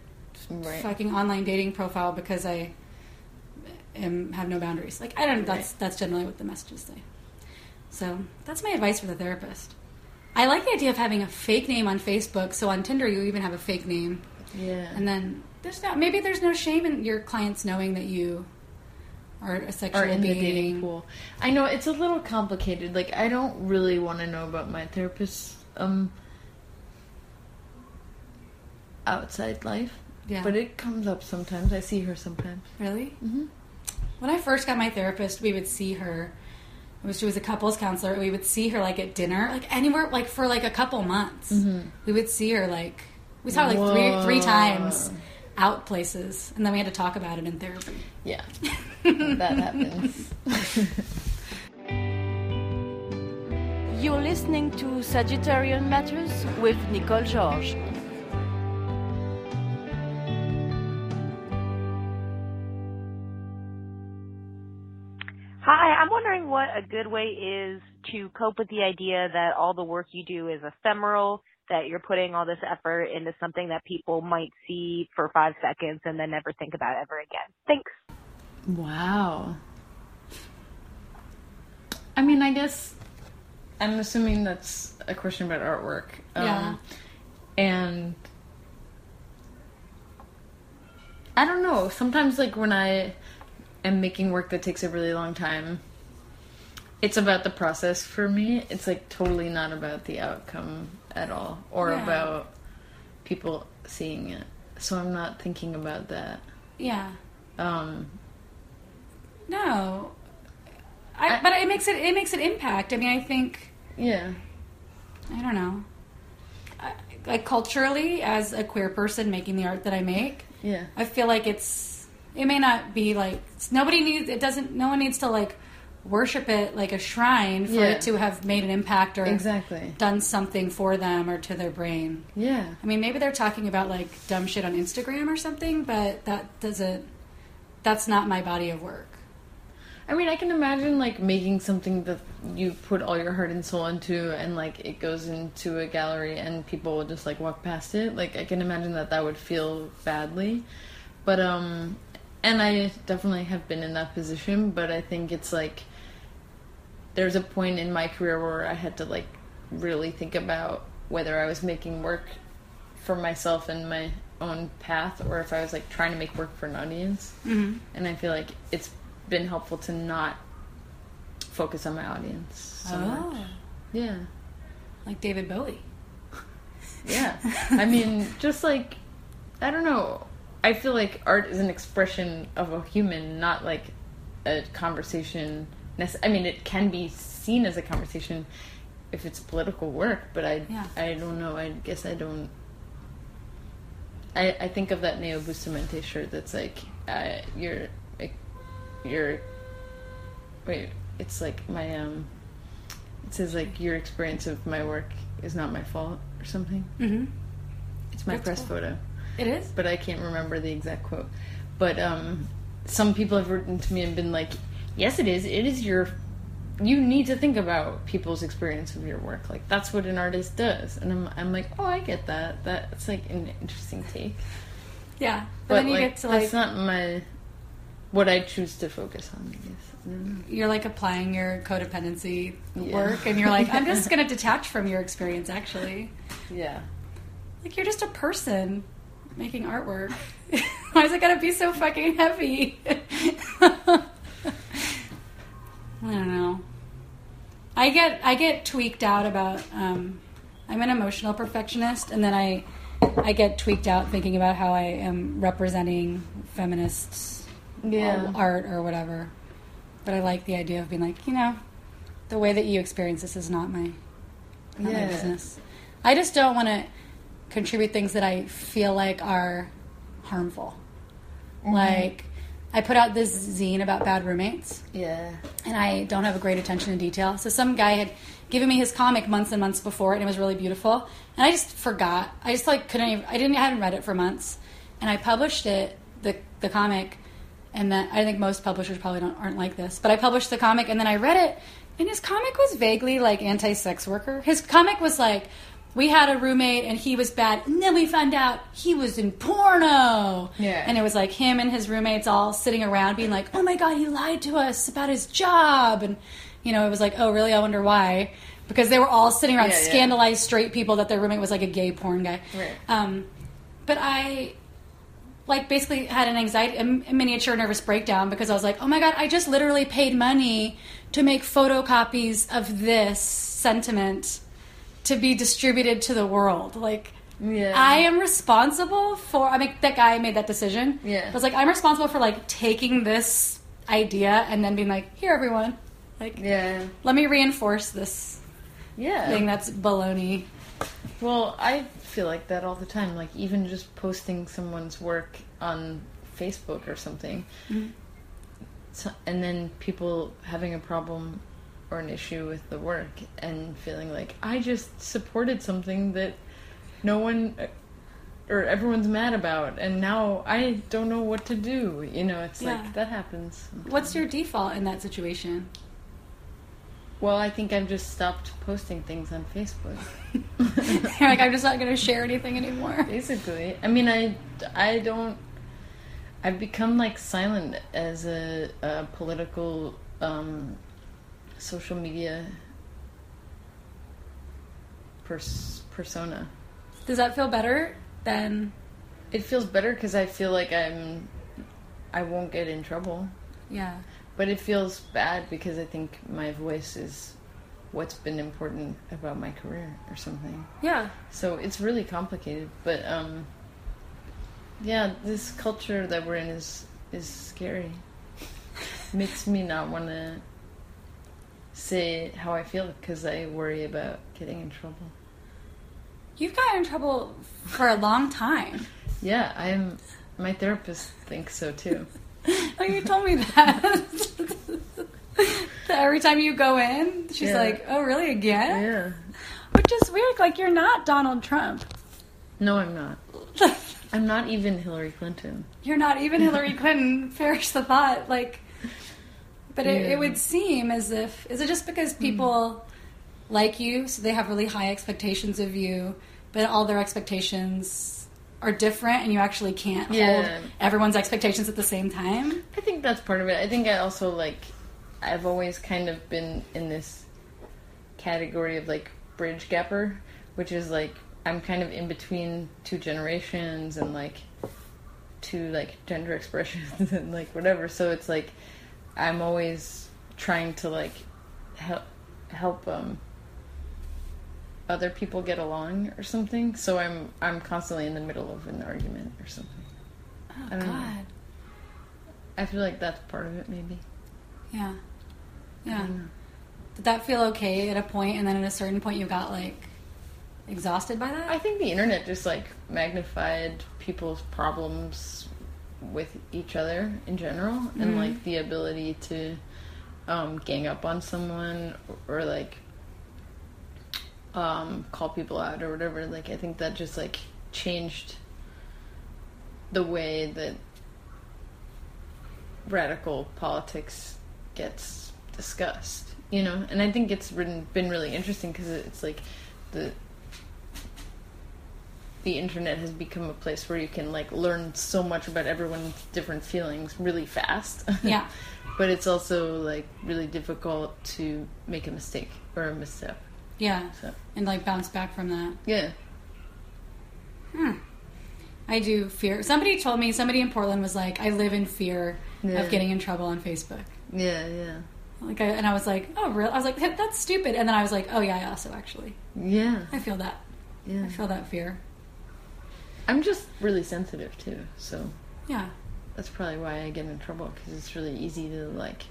D: right.
E: fucking online dating profile because I am have no boundaries. Like I don't. That's that's generally what the messages say. So that's my advice for the therapist. I like the idea of having a fake name on Facebook. So on Tinder, you even have a fake name,
D: Yeah.
E: and then there's not maybe there's no shame in your clients knowing that you are a sexual
D: or in
E: being.
D: the dating pool. I know it's a little complicated. Like I don't really want to know about my therapist's um outside life,
E: Yeah,
D: but it comes up sometimes. I see her sometimes.
E: Really? Mm-hmm. When I first got my therapist, we would see her. it was- She was a couples counselor. We would see her like at dinner, like anywhere, like for like a couple months. We would see her like we saw her like three three times out places, and then we had to talk about it in therapy.
D: Yeah, that happens.
H: You're listening to Sagittarian Matters with Nicole George.
I: Hi, I'm wondering what a good way is to cope with the idea that all the work you do is ephemeral, that you're putting all this effort into something that people might see for five seconds and then never think about ever again. Thanks.
D: Wow. I mean, I guess I'm assuming that's a question about artwork. Um,
E: Yeah.
D: And I don't know. Sometimes, like, when I am making work that takes a really long time, it's about the process for me. It's, like, totally not about the outcome at all or
E: Yeah.
D: about people seeing it. So I'm not thinking about that.
E: Yeah.
D: Um,
E: No. I, but it makes it it makes an impact. I mean, I think
D: yeah.
E: I don't know. I, like culturally, as a queer person making the art that I make,
D: Yeah.
E: I feel like it's it may not be like nobody needs it doesn't no one needs to like worship it like a shrine for
D: Yeah.
E: it to have made an impact or
D: Exactly.
E: done something for them or to their brain.
D: Yeah.
E: I mean, maybe they're talking about like dumb shit on Instagram or something, but that doesn't that's not my body of work.
D: I mean, I can imagine like making something that you put all your heart and soul into, and like it goes into a gallery, and people will just like walk past it. Like I can imagine that that would feel badly, but um, and I definitely have been in that position. But I think it's like there's a point in my career where I had to like really think about whether I was making work for myself and my own path or if I was like trying to make work for an audience. Mm-hmm. And I feel like it's been helpful to not focus on my audience so much. Yeah.
E: like David Bowie.
D: Yeah. I mean, just like, I don't know. I feel like art is an expression of a human, not like a conversation. nece- I mean, it can be seen as a conversation if it's political work, but I,
E: Yeah.
D: I don't know. I guess I don't. I, I think of that Neo Bustamante shirt that's like, uh, you're, you're, wait, it's like my, um, it says like your experience of my work is not my fault or something.
E: Mhm.
D: It's my press photo,
E: It is.
D: but I can't remember the exact quote. But um, some people have written to me and been like, "Yes, it is. It is your. You need to think about people's experience of your work. Like that's what an artist does." And I'm, I'm like, "Oh, I get that. That's like an interesting take."
E: Yeah. But,
D: But,
E: then you
D: like,
E: get to like
D: that's not my what I choose to focus on. I guess. I
E: Mm.
D: don't know.
E: you're like applying your codependency
D: Yeah.
E: work and you're like I'm just going to detach from your experience actually.
D: Yeah.
E: Like you're just a person making artwork. Why is it gotta be so fucking heavy? I don't know. I get I get tweaked out about. Um, I'm an emotional perfectionist, and then I I get tweaked out thinking about how I am representing feminist
D: Yeah.
E: art or whatever. But I like the idea of being like, you know, the way that you experience this is not my not my
D: Yeah.
E: business. I just don't want to contribute things that I feel like are harmful. Like I put out this zine about bad roommates,
D: Yeah.
E: and I don't have a great attention to detail. So some guy had given me his comic months and months before, and it was really beautiful. And I just forgot. I just like couldn't. Even, I didn't. I hadn't read it for months, and I published it the the comic, and that I think most publishers probably don't aren't like this. But I published the comic, and then I read it, and his comic was vaguely like anti-sex worker. His comic was like. We had a roommate and he was bad, and then we found out he was in porno.
D: Yeah.
E: And it was like him and his roommates all sitting around being like, oh my God, he lied to us about his job. And, you know, it was like, oh, really? I wonder why. Because they were all sitting around
D: Yeah, yeah.
E: scandalized straight people that their roommate was like a gay porn guy.
D: Right.
E: Um, but I, like, basically had an anxiety, a miniature nervous breakdown because I was like, oh my God, I just literally paid money to make photocopies of this sentiment to be distributed to the world. Like,
D: Yeah.
E: I am responsible for. I mean, that guy made that decision.
D: Yeah.
E: I was like, I'm responsible for like taking this idea and then being like, here, everyone, like,
D: Yeah.
E: let me reinforce this
D: Yeah.
E: thing that's baloney.
D: Well, I feel like that all the time. Like even just posting someone's work on Facebook or something, so, and then people having a problem or an issue with the work and feeling like I just supported something that no one uh, or everyone's mad about, and now I don't know what to do. You know, it's
E: Yeah.
D: like that happens.
E: What's your default in that situation?
D: Well, I think I've just stopped posting things on Facebook.
E: You're like, I'm just not going to share anything anymore.
D: Basically, I mean, I I don't. I've become like silent as a, a political um, social media pers- persona.
E: Does that feel better than?
D: It feels better because I feel like I'm I won't get in trouble,
E: Yeah.
D: but it feels bad because I think my voice is what's been important about my career or something.
E: Yeah.
D: So it's really complicated, but um, yeah, this culture that we're in is is scary. Makes me not want to say how I feel because I worry about getting in trouble.
E: You've gotten in trouble for a long time.
D: Yeah, I'm. My therapist thinks so too.
E: Oh, you told me that. That Every time you go in, she's
D: Yeah.
E: like, "Oh, really? Again?"
D: yeah.
E: Which is weird. Like you're not Donald Trump.
D: No, I'm not. I'm not even Hillary Clinton.
E: you're not even Hillary Clinton. Perish the thought. Like, but it,
D: Yeah. Hmm.
E: it would seem as if is it just because people like you, so they have really high expectations of you, but all their expectations are different, and you actually can't
D: Yeah.
E: hold everyone's expectations at the same time.
D: I think that's part of it. I think I also like I've always kind of been in this category of like bridge gapper, which is like I'm kind of in between two generations and like two like gender expressions and like whatever. So it's like I'm always trying to like help help um other people get along or something. So I'm I'm constantly in the middle of an argument or something.
E: Oh
D: don't know.
E: God.
D: I feel like that's part of it maybe.
E: Yeah. Yeah. Did that feel okay at a point, and then at a certain point, you got like exhausted by that?
D: I think the internet just like magnified people's problems with each other in general, and like the ability to um, gang up on someone or, like um, call people out or whatever. Like I think that just like changed the way that radical politics gets discussed. You know, and I think it's written, been really interesting because it's like the the internet has become a place where you can like learn so much about everyone's different feelings really fast.
E: Yeah.
D: but it's also like really difficult to make a mistake or a misstep.
E: yeah.
D: So
E: And like bounce back from that.
D: yeah,
E: I do fear. Somebody told me, somebody in Portland was like, I live in fear
D: Yeah.
E: of getting in trouble on Facebook.
D: yeah, yeah,
E: Like, I, and I was like, oh, real? I was like, that's stupid. And then I was like, oh, yeah, I also actually,
D: yeah,
E: I feel that.
D: yeah.
E: I feel that fear.
D: I'm just really sensitive too, so
E: Yeah.
D: that's probably why I get in trouble because it's really easy to like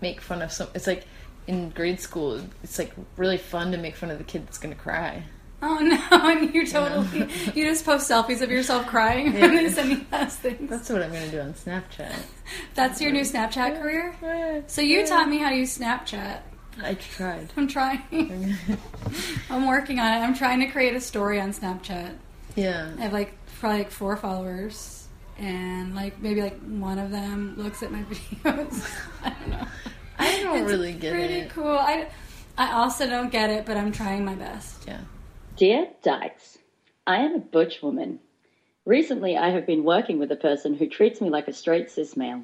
D: make fun of some. It's like in grade school, it's like really fun to make fun of the kid that's gonna cry.
E: Oh no! And you totally you just post selfies of yourself crying when they send you those things.
D: That's what I'm gonna do on Snapchat.
E: That's your new Snapchat career. So you taught me how to use Snapchat.
D: I tried.
E: I'm trying. I'm working on it. I'm trying to create a story on Snapchat.
D: Yeah.
E: I have like probably like four followers, and like maybe like one of them looks at my videos. I don't know.
D: I don't
E: It's
D: really get
E: pretty
D: it.
E: cool. I I also don't get it, but I'm trying my best.
D: Yeah.
J: Dear Dykes, I am a butch woman. Recently, I have been working with a person who treats me like a straight cis male.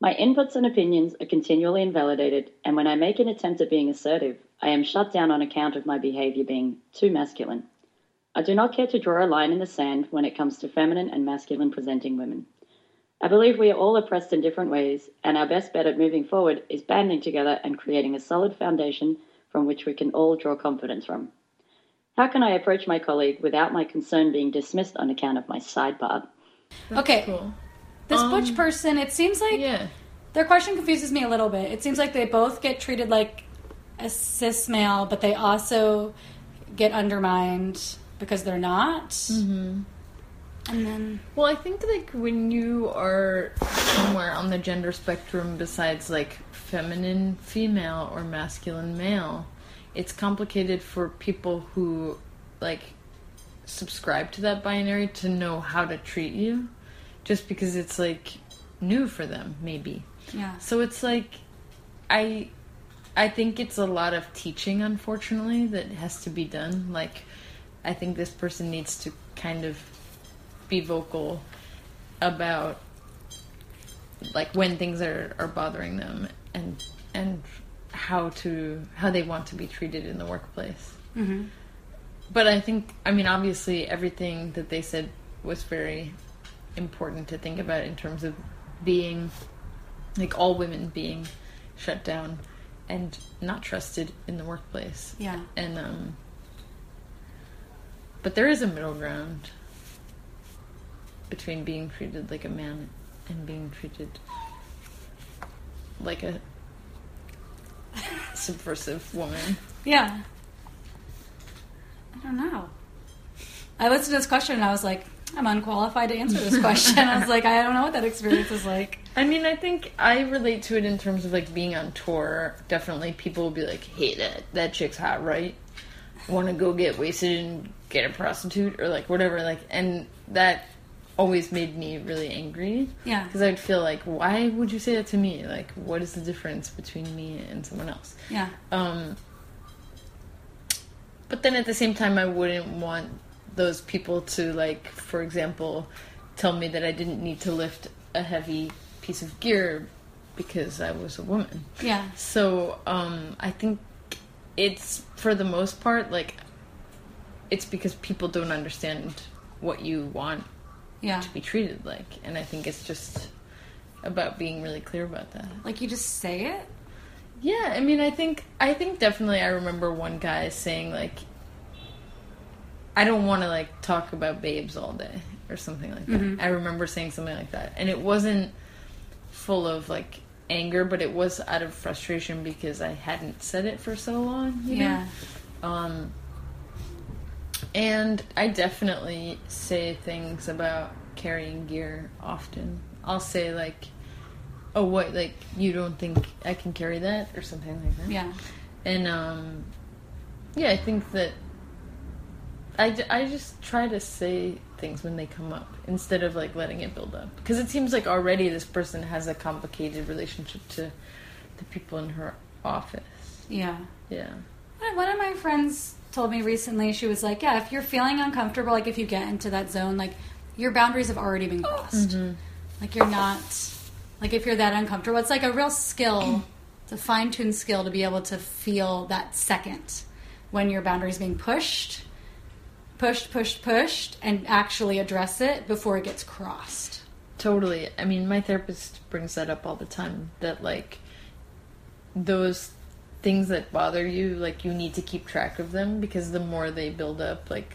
J: My inputs and opinions are continually invalidated, and when I make an attempt at being assertive, I am shut down on account of my behavior being too masculine. I do not care to draw a line in the sand when it comes to feminine and masculine presenting women. I believe we are all oppressed in different ways, and our best bet at moving forward is banding together and creating a solid foundation from which we can all draw confidence from. How can I approach my colleague without my concern being dismissed on account of my side part?
E: okay,
D: Cool. Um,
E: this butch person. It seems like
D: Yeah.
E: their question confuses me a little bit. It seems like they both get treated like a cis male, but they also get undermined because they're not. Mm-hmm. And then
D: Well, I think like when you are somewhere on the gender spectrum besides like feminine female or masculine male, it's complicated for people who like subscribe to that binary to know how to treat you just because it's like new for them maybe.
E: yeah,
D: So it's like I I think it's a lot of teaching unfortunately that has to be done. Like I think this person needs to kind of be vocal about like when things are, are bothering them and and how to how they want to be treated in the workplace. But I think I mean obviously everything that they said was very important to think about in terms of being like all women being shut down and not trusted in the workplace.
E: yeah.
D: And um but there is a middle ground between being treated like a man and being treated like a subversive woman.
E: Yeah. I don't know. I listened to this question and I was like, I'm unqualified to answer this question. I was like, I don't know what that experience is like.
D: I mean, I think I relate to it in terms of like being on tour. Definitely, people will be like, "Hey, that that chick's hot, right? Want to go get wasted and get a prostitute or like whatever." Like, and that always made me really angry.
E: Yeah.
D: because I'd feel like, "Why would you say that to me? Like, what is the difference between me and someone else?"
E: Yeah.
D: Um, but then at the same time, I wouldn't want those people to, like, for example, tell me that I didn't need to lift a heavy piece of gear because I was a woman.
E: Yeah.
D: So um, I think it's, for the most part, like, it's because people don't understand what you want
E: Yeah.
D: to be treated like. And I think it's just about being really clear about that.
E: Like you just say it?
D: Yeah, I mean, I think I think definitely I remember one guy saying like I don't want to like talk about babes all day or something like that. I remember saying something like that. And it wasn't full of like anger, but it was out of frustration because I hadn't said it for so long. you know?
E: Yeah.
D: Um, and I definitely say things about carrying gear often. I'll say like, "Oh, what? Like you don't think I can carry that?" or something like that.
E: Yeah.
D: And um, yeah, I think that I, j- I just try to say things when they come up instead of like letting it build up because it seems like already this person has a complicated relationship to the people in her office.
E: Yeah.
D: Yeah.
E: One- One of my friends told me recently, she was like, Yeah, if you're feeling uncomfortable, like if you get into that zone, like your boundaries have already been crossed. Like you're not, like if you're that uncomfortable, it's like a real skill, it's a fine tuned skill to be able to feel that second when your boundaries being pushed, pushed, pushed, pushed, and actually address it before it gets crossed.
D: Totally. I mean, my therapist brings that up all the time that, like, those things that bother you, like, you need to keep track of them because the more they build up, like,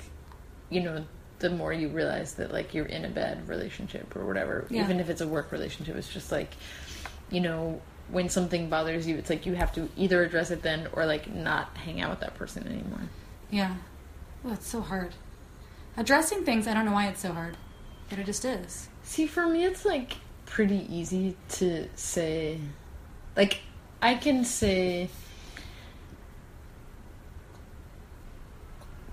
D: you know, the more you realize that, like, you're in a bad relationship or whatever.
E: Yeah.
D: Even if it's a work relationship, it's just like, you know, when something bothers you, it's like you have to either address it then or, like, not hang out with that person anymore.
E: Yeah. Oh, it's so hard. Addressing things, I don't know why it's so hard, but it just is.
D: See, for me, it's like pretty easy to say. Like, I can say,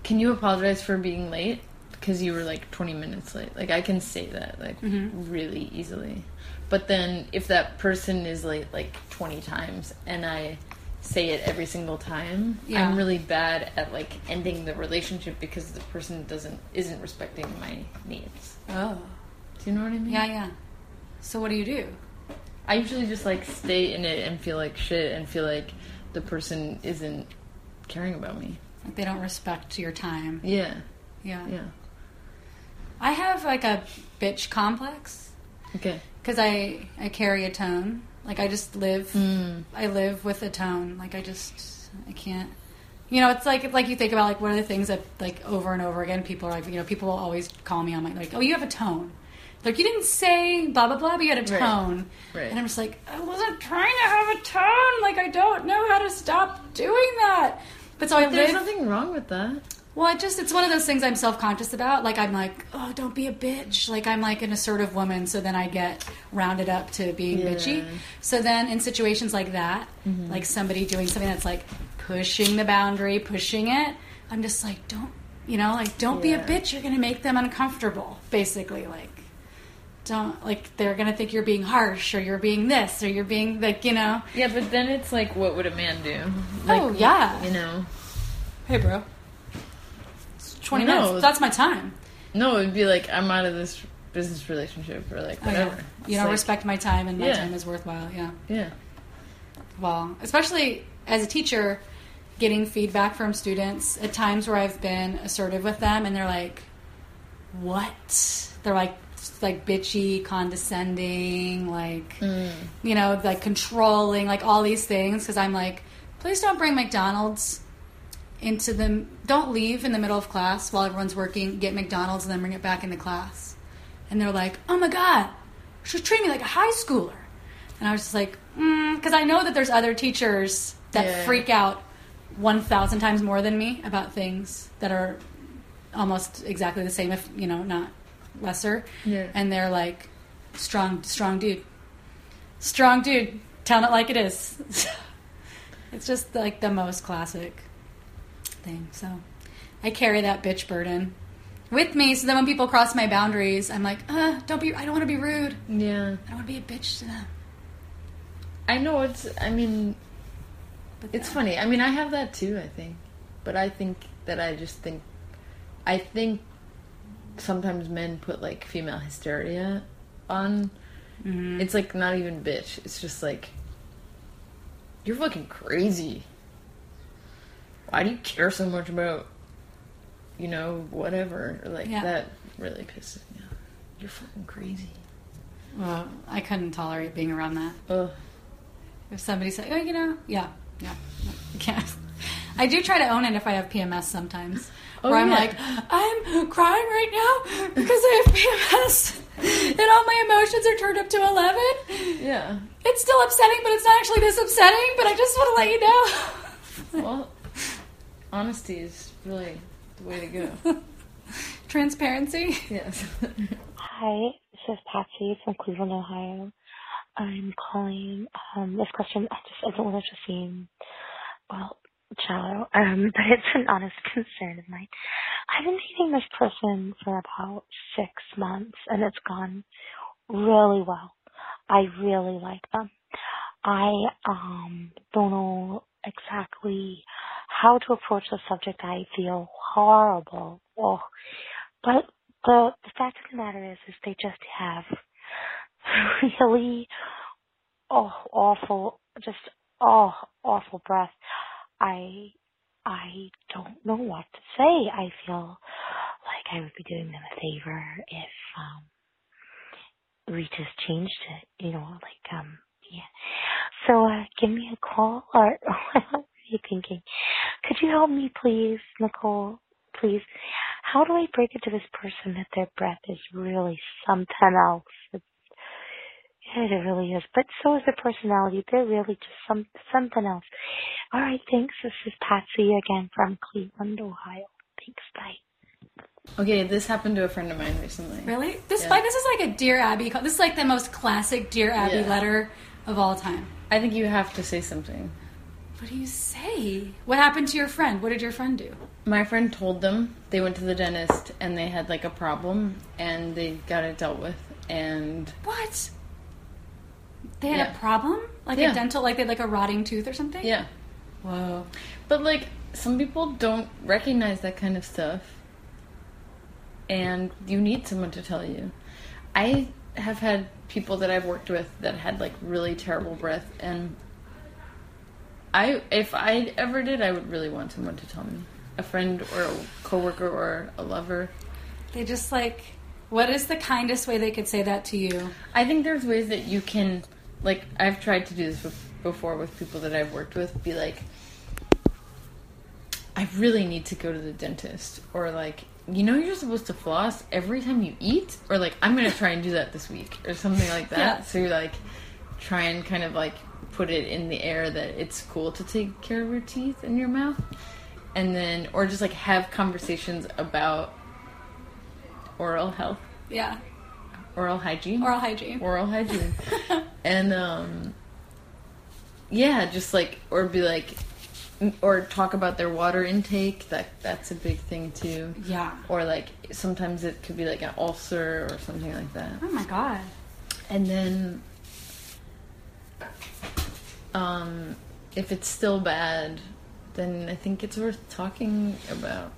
D: Can you apologize for being late? Because you were like 20 minutes late. Like, I can say that, like,
E: Mm-hmm.
D: really easily. But then if that person is late like 20 times and I say it every single time,
E: Yeah.
D: I'm really bad at like ending the relationship because the person doesn't isn't respecting my needs.
E: Oh.
D: Do you know what I mean?
E: Yeah, yeah. So what do you do?
D: I usually just like stay in it and feel like shit and feel like the person isn't caring about me.
E: Like they don't respect your time.
D: Yeah.
E: Yeah.
D: Yeah.
E: I have like a bitch complex
D: Okay.
E: because I I carry a tone. Like I just live.
D: Mm.
E: I live with a tone. Like I just I can't. You know, it's like like you think about like what are the things that like over and over again people are like you know people will always call me on my like oh you have a tone. Like you didn't say blah blah blah, but you had a
D: Right.
E: tone,
D: Right.
E: and I'm just like I wasn't trying to have a tone. Like I don't know how to stop doing that. But so I
D: There's
E: live.
D: nothing wrong with that.
E: Well, it just it's one of those things I'm self conscious about. Like I'm like, oh, don't be a bitch. Like I'm like an assertive woman, so then I get rounded up to being
D: Yeah.
E: bitchy. So then in situations like that, like somebody doing something that's like pushing the boundary, pushing it, I'm just like, don't you know, like don't
D: Yeah.
E: be a bitch. You're gonna make them uncomfortable, basically. Like don't like they're gonna think you're being harsh or you're being this or you're being like you know.
D: Yeah, but then it's like, what would a man do? Like,
E: oh yeah.
D: You know,
E: Hey, bro. It's Twenty
D: No.
E: minutes. That's my time.
D: no, it'd be like, I'm out of this business relationship or like
E: Oh, yeah.
D: whatever.
E: You
D: It's
E: don't
D: like-
E: respect my time, and my
D: Yeah.
E: time is worthwhile. Yeah.
D: Yeah.
E: Well, especially as a teacher, getting feedback from students at times where I've been assertive with them, and they're like, "What?" They're like, like bitchy, condescending, like
D: Mm.
E: you know, like controlling, like all these things. Because I'm like, please don't bring McDonald's into the don't leave in the middle of class while everyone's working get mcdonald's and then bring it back into class and they're like oh my god she treated me like a high schooler and i was just like because i know that there's other teachers that
D: Yeah.
E: freak out 1000 times more than me about things that are almost exactly the same if you know not lesser
D: Yeah.
E: and they're like strong strong dude strong dude tell it like it is it's just like the most classic thing so i carry that bitch burden with me so then when people cross my boundaries i'm like uh don't be i don't want to be rude
D: Yeah.
E: i don't want to be a bitch to them
D: I know it's, I mean,
E: but
D: It's funny. I mean, I have that too, I think. But I think that I just think I think sometimes men put like female hysteria on
E: Mm-hmm.
D: it's like not even bitch. It's just like you're fucking crazy. Why do you care so much about you know, whatever? Like
E: Yeah.
D: that really pisses me off. You're fucking crazy.
E: well, i couldn't tolerate being around that
D: Ugh.
E: if somebody said oh you know yeah yeah yeah i do try to own it if i have pms sometimes
D: Oh,
E: where i'm
D: yeah.
E: like i'm crying right now because i have pms and all my emotions are turned up to 11
D: Yeah.
E: It's still upsetting, but it's not actually this upsetting. But I just want to let you know.
D: Well honesty is really the way to go.
E: Transparency.
D: yes.
C: Hi, this is Patsy from Cleveland, Ohio. I'm calling um, this question. I just I don't want it to seem well shallow, um, but it's an honest concern of mine. I've been dating this person for about six months, and it's gone really well. I really like them. I um don't know exactly how to approach the subject. I feel horrible. Oh, but the the fact of the matter is, is they just have really oh awful, just oh awful breath. I I don't know what to say. I feel like I would be doing them a favor if um we just changed it, you know, like um yeah. So uh give me a call or what you thinking? Could you help me please, Nicole? Please. How do I break it to this person that their breath is really something else? It's, it really is. But so is their personality. They're really just some something else. All right, thanks. This is Patsy again from Cleveland, Ohio.
I: Thanks, bye.
D: Okay, this happened to a friend of mine recently.
E: Really? This
D: Yeah.
E: like this is like a Dear Abby. call- This is like the most classic Dear Abby
D: Yeah.
E: letter of all time.
D: I think you have to say something.
E: What do you say? What happened to your friend? What did your friend do?
D: My friend told them they went to the dentist and they had like a problem and they got it dealt with and
E: What? They had
D: Yeah.
E: a problem, like
D: Yeah.
E: a dental, like they had like a rotting tooth or something.
D: yeah.
E: Whoa.
D: But like some people don't recognize that kind of stuff. And you need someone to tell you. I have had people that I've worked with that had like really terrible breath and I if I ever did I would really want someone to tell me. A friend or a coworker or a lover.
E: They just like, what is the kindest way they could say that to you?
D: I think there's ways that you can, like, I've tried to do this bef- before with people that I've worked with, be like, I really need to go to the dentist, or like, you know, you're supposed to floss every time you eat, or like, I'm gonna try and do that this week, or something like that.
E: Yeah.
D: So you like, try and kind of like put it in the air that it's cool to take care of your teeth and your mouth, and then, or just like have conversations about oral health,
E: Yeah.
D: oral hygiene,
E: Oral hygiene.
D: oral hygiene and um yeah just like or be like or talk about their water intake that that's a big thing too
E: yeah.
D: or like sometimes it could be like an ulcer or something like that
E: Oh my god.
D: and then um if it's still bad then i think it's worth talking about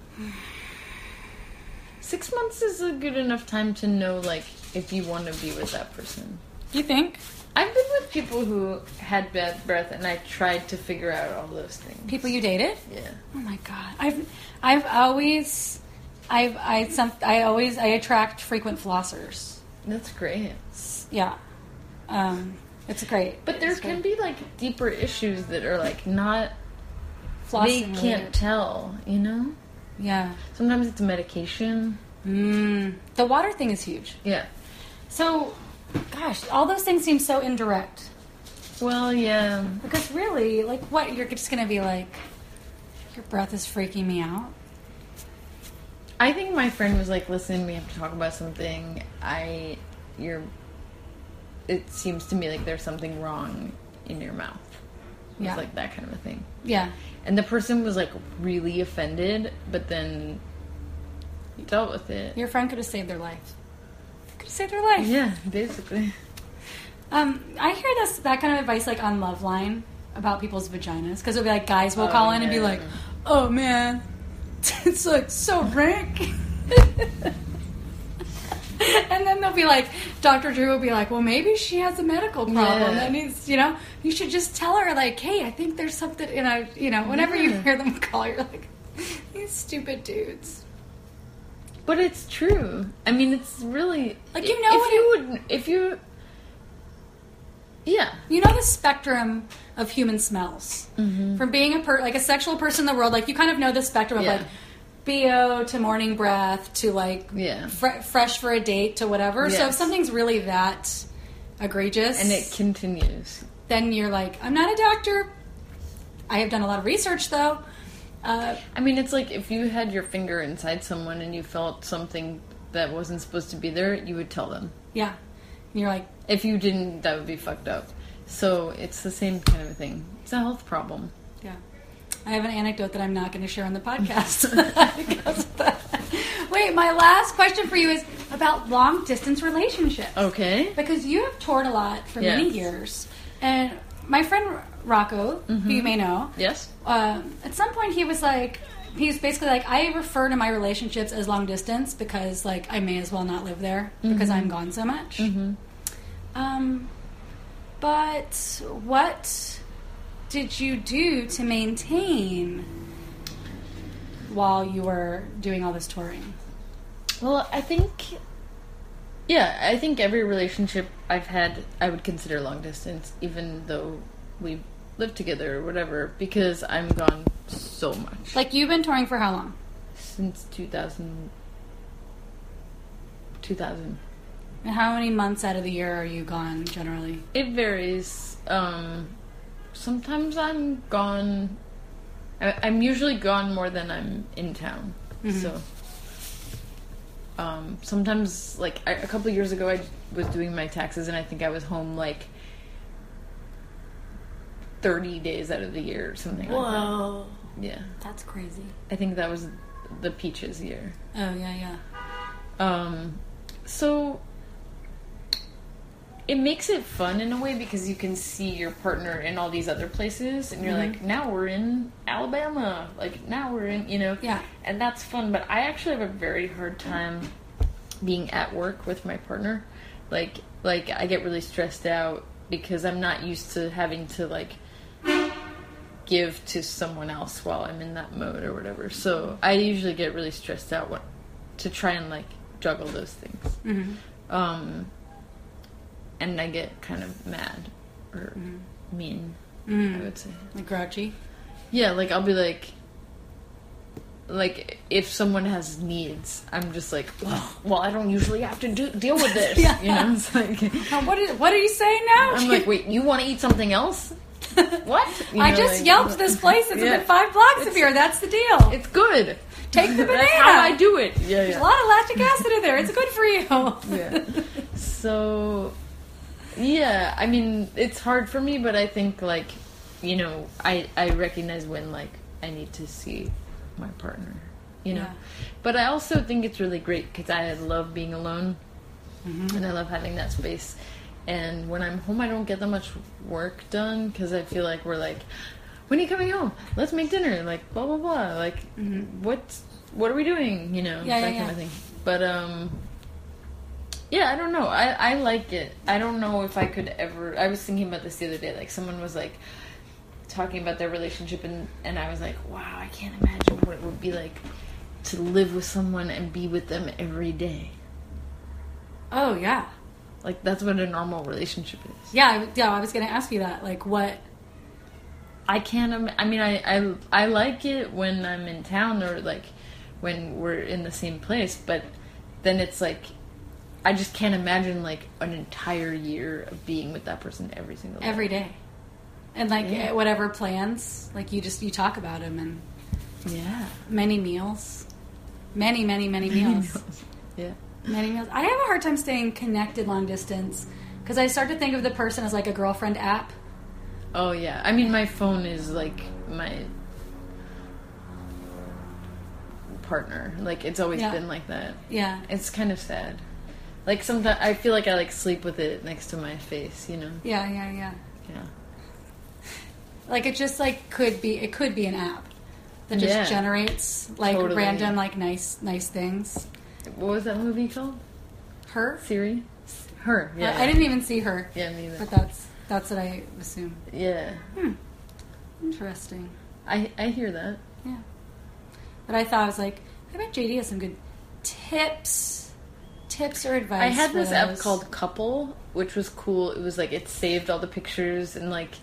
D: six months is a good enough time to know like if you want to be with that person
E: You think
D: I've been with people who had bad breath, and I tried to figure out all those things.
E: people you dated?
D: Yeah.
E: Oh my god. I've I've always I've I some I always I attract frequent flossers.
D: That's great.
E: Yeah. Um it's great.
D: But there
E: It's
D: can
E: great.
D: be like deeper issues that are like not they
E: Flossing
D: can't
E: related.
D: tell, you know?
E: Yeah.
D: Sometimes it's medication.
E: Mm. The water thing is huge.
D: Yeah.
E: So gosh, all those things seem so indirect.
D: Well, yeah.
E: Because really, like what you're just gonna be like your breath is freaking me out.
D: I think my friend was like, "Listen, we have to talk about something. I you're it seems to me like there's something wrong in your mouth." It was
E: Yeah.
D: like that kind of a thing.
E: Yeah.
D: And the person was like really offended, but then dealt with it.
E: Your friend could have saved their life. Could have saved their life.
D: Yeah, basically.
E: Um, I hear this that kind of advice like on Love Line about people's vaginas because it'll be like guys will
D: Oh,
E: call in and be
D: yeah.
E: like, "Oh man, it's like so rank," and then they'll be like, Dr. Drew will be like, "Well, maybe she has a medical problem
D: Yeah.
E: that needs you know you should just tell her like, hey, I think there's something in a you know whenever you
D: Yeah.
E: hear them call, you're like, these stupid dudes."
D: But it's true. I mean, it's really
E: Like, you know
D: if
E: what
D: you would if you yeah
E: you know the spectrum of human smells from being a per- like a sexual person in the world like you kind of know the spectrum of
D: Mm-hmm. Yeah.
E: like bo to morning breath to like
D: yeah,
E: fre- fresh for a date to whatever so if
D: Yes.
E: something's really that egregious
D: and it continues.
E: then you're like i'm not a doctor i have done a lot of research though uh,
D: I mean, it's like if you had your finger inside someone and you felt something that wasn't supposed to be there, you would tell them.
E: yeah and you're like
D: If you didn't, that would be fucked up. So it's the same kind of thing. It's a health problem.
E: Yeah. I have an anecdote that I'm not going to share on the podcast. Because of that. Wait, my last question for you is about long distance relationships.
D: Okay.
E: Because you have toured a lot for many
D: Yes.
E: years. And my friend Rocco, who you may know,
D: Yes.
E: um, at some point he was like, he was basically like, I refer to my relationships as long distance because like I may as well not live there because I'm gone so much. Um, but what did you do to maintain while you were doing all this touring?
D: Well, I think, yeah, I think every relationship I've had, I would consider long distance, even though we live together or whatever, because I'm gone so much
E: Like you've been touring for how long?
D: since 2000. 2000.
E: And how many months out of the year are you gone generally?
D: It varies. Um, sometimes I'm gone. I, I'm usually gone more than I'm in town. So um, sometimes, like I, a couple years ago, I was doing my taxes, and I think I was home like thirty days out of the year or something like
E: Whoa.
D: that. Yeah,
E: That's crazy.
D: I think that was the peaches year.
E: Oh, yeah, yeah.
D: Um, so it makes it fun in a way because you can see your partner in all these other places, and you're like, now we're in Alabama, like now we're in, you know,
E: Yeah.
D: and that's fun. But I actually have a very hard time being at work with my partner. Like, like I get really stressed out because I'm not used to having to like give to someone else while I'm in that mode or whatever. So I usually get really stressed out when, to try and like juggle those things.
E: Mm-hmm.
D: Um, and I get kind of mad or mean, I would say.
E: Mm-hmm. Like grouchy.
D: Yeah, like I'll be like, like if someone has needs, I'm just like, well, well I don't usually have to do, deal with this.
E: Yeah.
D: You know, it's like
E: Now, what, is, what are you saying now?
D: I'm like, wait, you want to eat something else? What? You
E: I
D: know,
E: just
D: like-
E: yelped this place. It's
D: Yeah.
E: within five blocks of here. That's the deal.
D: It's good.
E: Take the banana.
D: That's how I do it. Yeah,
E: There's
D: yeah.
E: a lot of lactic acid in there. It's good for you.
D: yeah. So, yeah, I mean, it's hard for me, but I think like, you know, I I recognize when like I need to see my partner, you know.
E: Yeah.
D: But I also think it's really great because I love being alone,
E: Mm-hmm.
D: and I love having that space. And when I'm home, I don't get that much work done because I feel like we're like, when are you coming home? Let's make dinner. Like blah blah blah. Like what's what are we doing? You know
E: Mm-hmm. Yeah,
D: that
E: yeah,
D: kind of
E: yeah.
D: thing. But um, yeah, I don't know. I, I like it. I don't know if I could ever. I was thinking about this the other day. Like, someone was like talking about their relationship, and, and I was like, wow, I can't imagine what it would be like to live with someone and be with them every day.
E: Oh yeah,
D: Like, that's what a normal relationship is.
E: yeah, I, yeah. I was gonna ask you that. Like, what?
D: I can't. Im- I mean, I, I I like it when I'm in town or like when we're in the same place, but then it's like I just can't imagine like an entire year of being with that person every single day.
E: every day and like
D: Yeah.
E: eh, whatever plans like you just you talk about them and
D: Yeah.
E: many meals many many many meals
D: Yeah.
E: many meals i have a hard time staying connected long distance because i start to think of the person as like a girlfriend app
D: Oh yeah. I mean, my phone is like my partner. Like it's always
E: Yeah.
D: been like that.
E: yeah
D: It's kind of sad. Like sometimes I feel like I like sleep with it next to my face. You know.
E: yeah yeah yeah
D: Yeah.
E: like it just like could be it could be an app that just
D: Yeah.
E: generates like
D: Totally.
E: random like nice nice things
D: What was that movie called?
E: her
D: Siri. Her.
E: I-
D: Yeah.
E: i didn't even see her
D: Yeah, me either.
E: but that's that's what i assume
D: Yeah.
E: interesting
D: I I hear that.
E: Yeah. But I thought I was like, I bet JD has some good tips, tips or advice.
D: I had
E: for
D: this app
E: those.
D: called Couple, which was cool. It was like it saved all the pictures and like,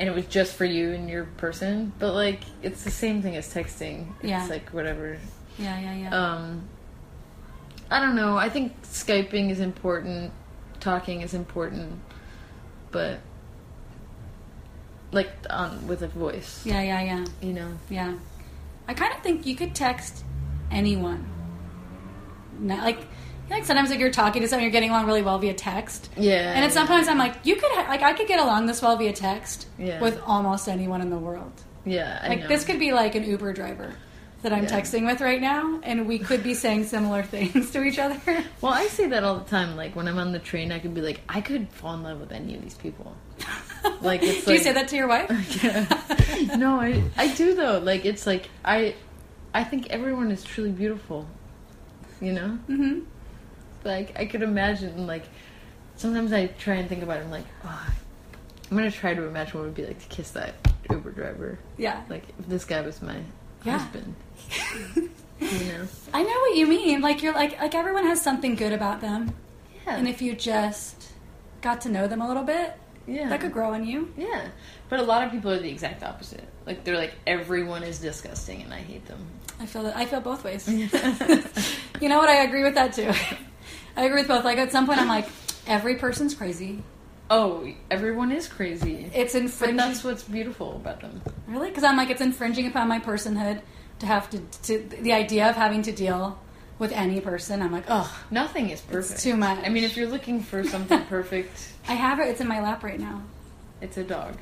D: and it was just for you and your person. But like, it's the same thing as texting.
E: Yeah.
D: It's like whatever.
E: Yeah, yeah, yeah.
D: Um, I don't know. I think skyping is important. Talking is important, but like um, with a voice,
E: yeah, yeah, yeah,
D: you know.
E: yeah. I kind of think you could text anyone. Not, like, like sometimes like you're talking to someone, you're getting along really well via text.
D: Yeah.
E: And it's sometimes I'm like, you could ha- like I could get along this well via text
D: Yeah.
E: with almost anyone in the world.
D: yeah. I
E: Like
D: know.
E: this could be like an Uber driver that I'm
D: Yeah.
E: texting with right now, and we could be saying similar things to each other.
D: Well, I say that all the time. Like when I'm on the train, I could be like, I could fall in love with any of these people. Like it's
E: Do
D: like,
E: you say that to your wife?
D: Yeah. no, I I do though. Like it's like I I think everyone is truly beautiful. You know. Mm-hmm. Like I could imagine. Like sometimes I try and think about. it, I'm like, oh, I'm gonna try to imagine what it would be like to kiss that Uber driver.
E: Yeah.
D: Like if this guy was my
E: Yeah.
D: husband. you know.
E: I know what you mean. Like you're like like everyone has something good about them.
D: Yeah.
E: And if you just got to know them a little bit,
D: yeah.
E: that could grow on you.
D: Yeah, but a lot of people are the exact opposite. Like they're like everyone is disgusting and I hate them.
E: I feel that I feel both ways. you know what? I agree with that too. I agree with both. Like at some point I'm like, every person's crazy.
D: Oh, everyone is crazy.
E: It's
D: but
E: infringing
D: that's what's beautiful about them.
E: really because I'm like it's infringing upon my personhood. to have to, to the idea of having to deal with any person. I'm like, oh,
D: Nothing is perfect.
E: too much.
D: I mean, if you're looking for something perfect,
E: I have it. It's in my lap right now.
D: it's a dog.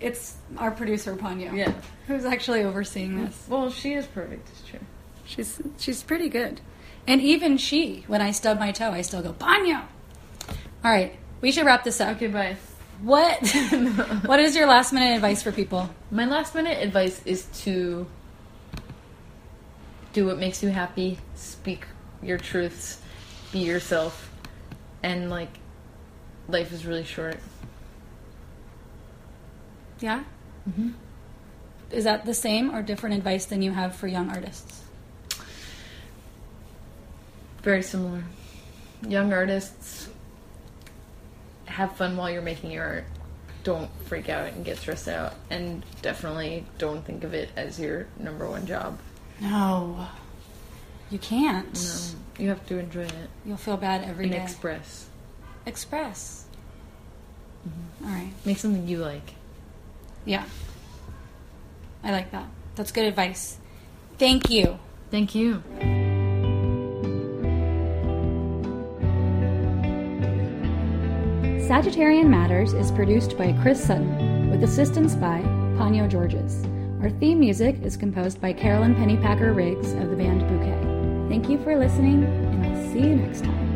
E: It's our producer Ponyo,
D: Yeah.
E: who's actually overseeing this.
D: Well, she is perfect. It's true.
E: She's she's pretty good. And even she, when I stub my toe, I still go Ponyo. All right, we should wrap this up.
D: Okay, bye.
E: What what is your last minute advice for people?
D: My last minute advice is to do what makes you happy, speak your truths, be yourself, and like life is really short.
E: Yeah. Mm-hmm. Is that the same or different advice than you have for young artists?
D: Very similar. Young artists have fun while you're making your art. Don't freak out and get stressed out and definitely don't think of it as your number one job.
E: No. You can't.
D: You have to enjoy it
E: You'll feel bad every
D: and
E: day.
D: express.
E: Express. All right.
D: Make something you like.
E: Yeah. I like that. That's good advice. Thank you.
D: Thank you.
A: Sagittarian Matters is produced by Chris Sutton with assistance by Ponyo Georges. Our theme music is composed by Carolyn Pennypacker Riggs of the band Bouquet. Thank you for listening, and I'll see you next time.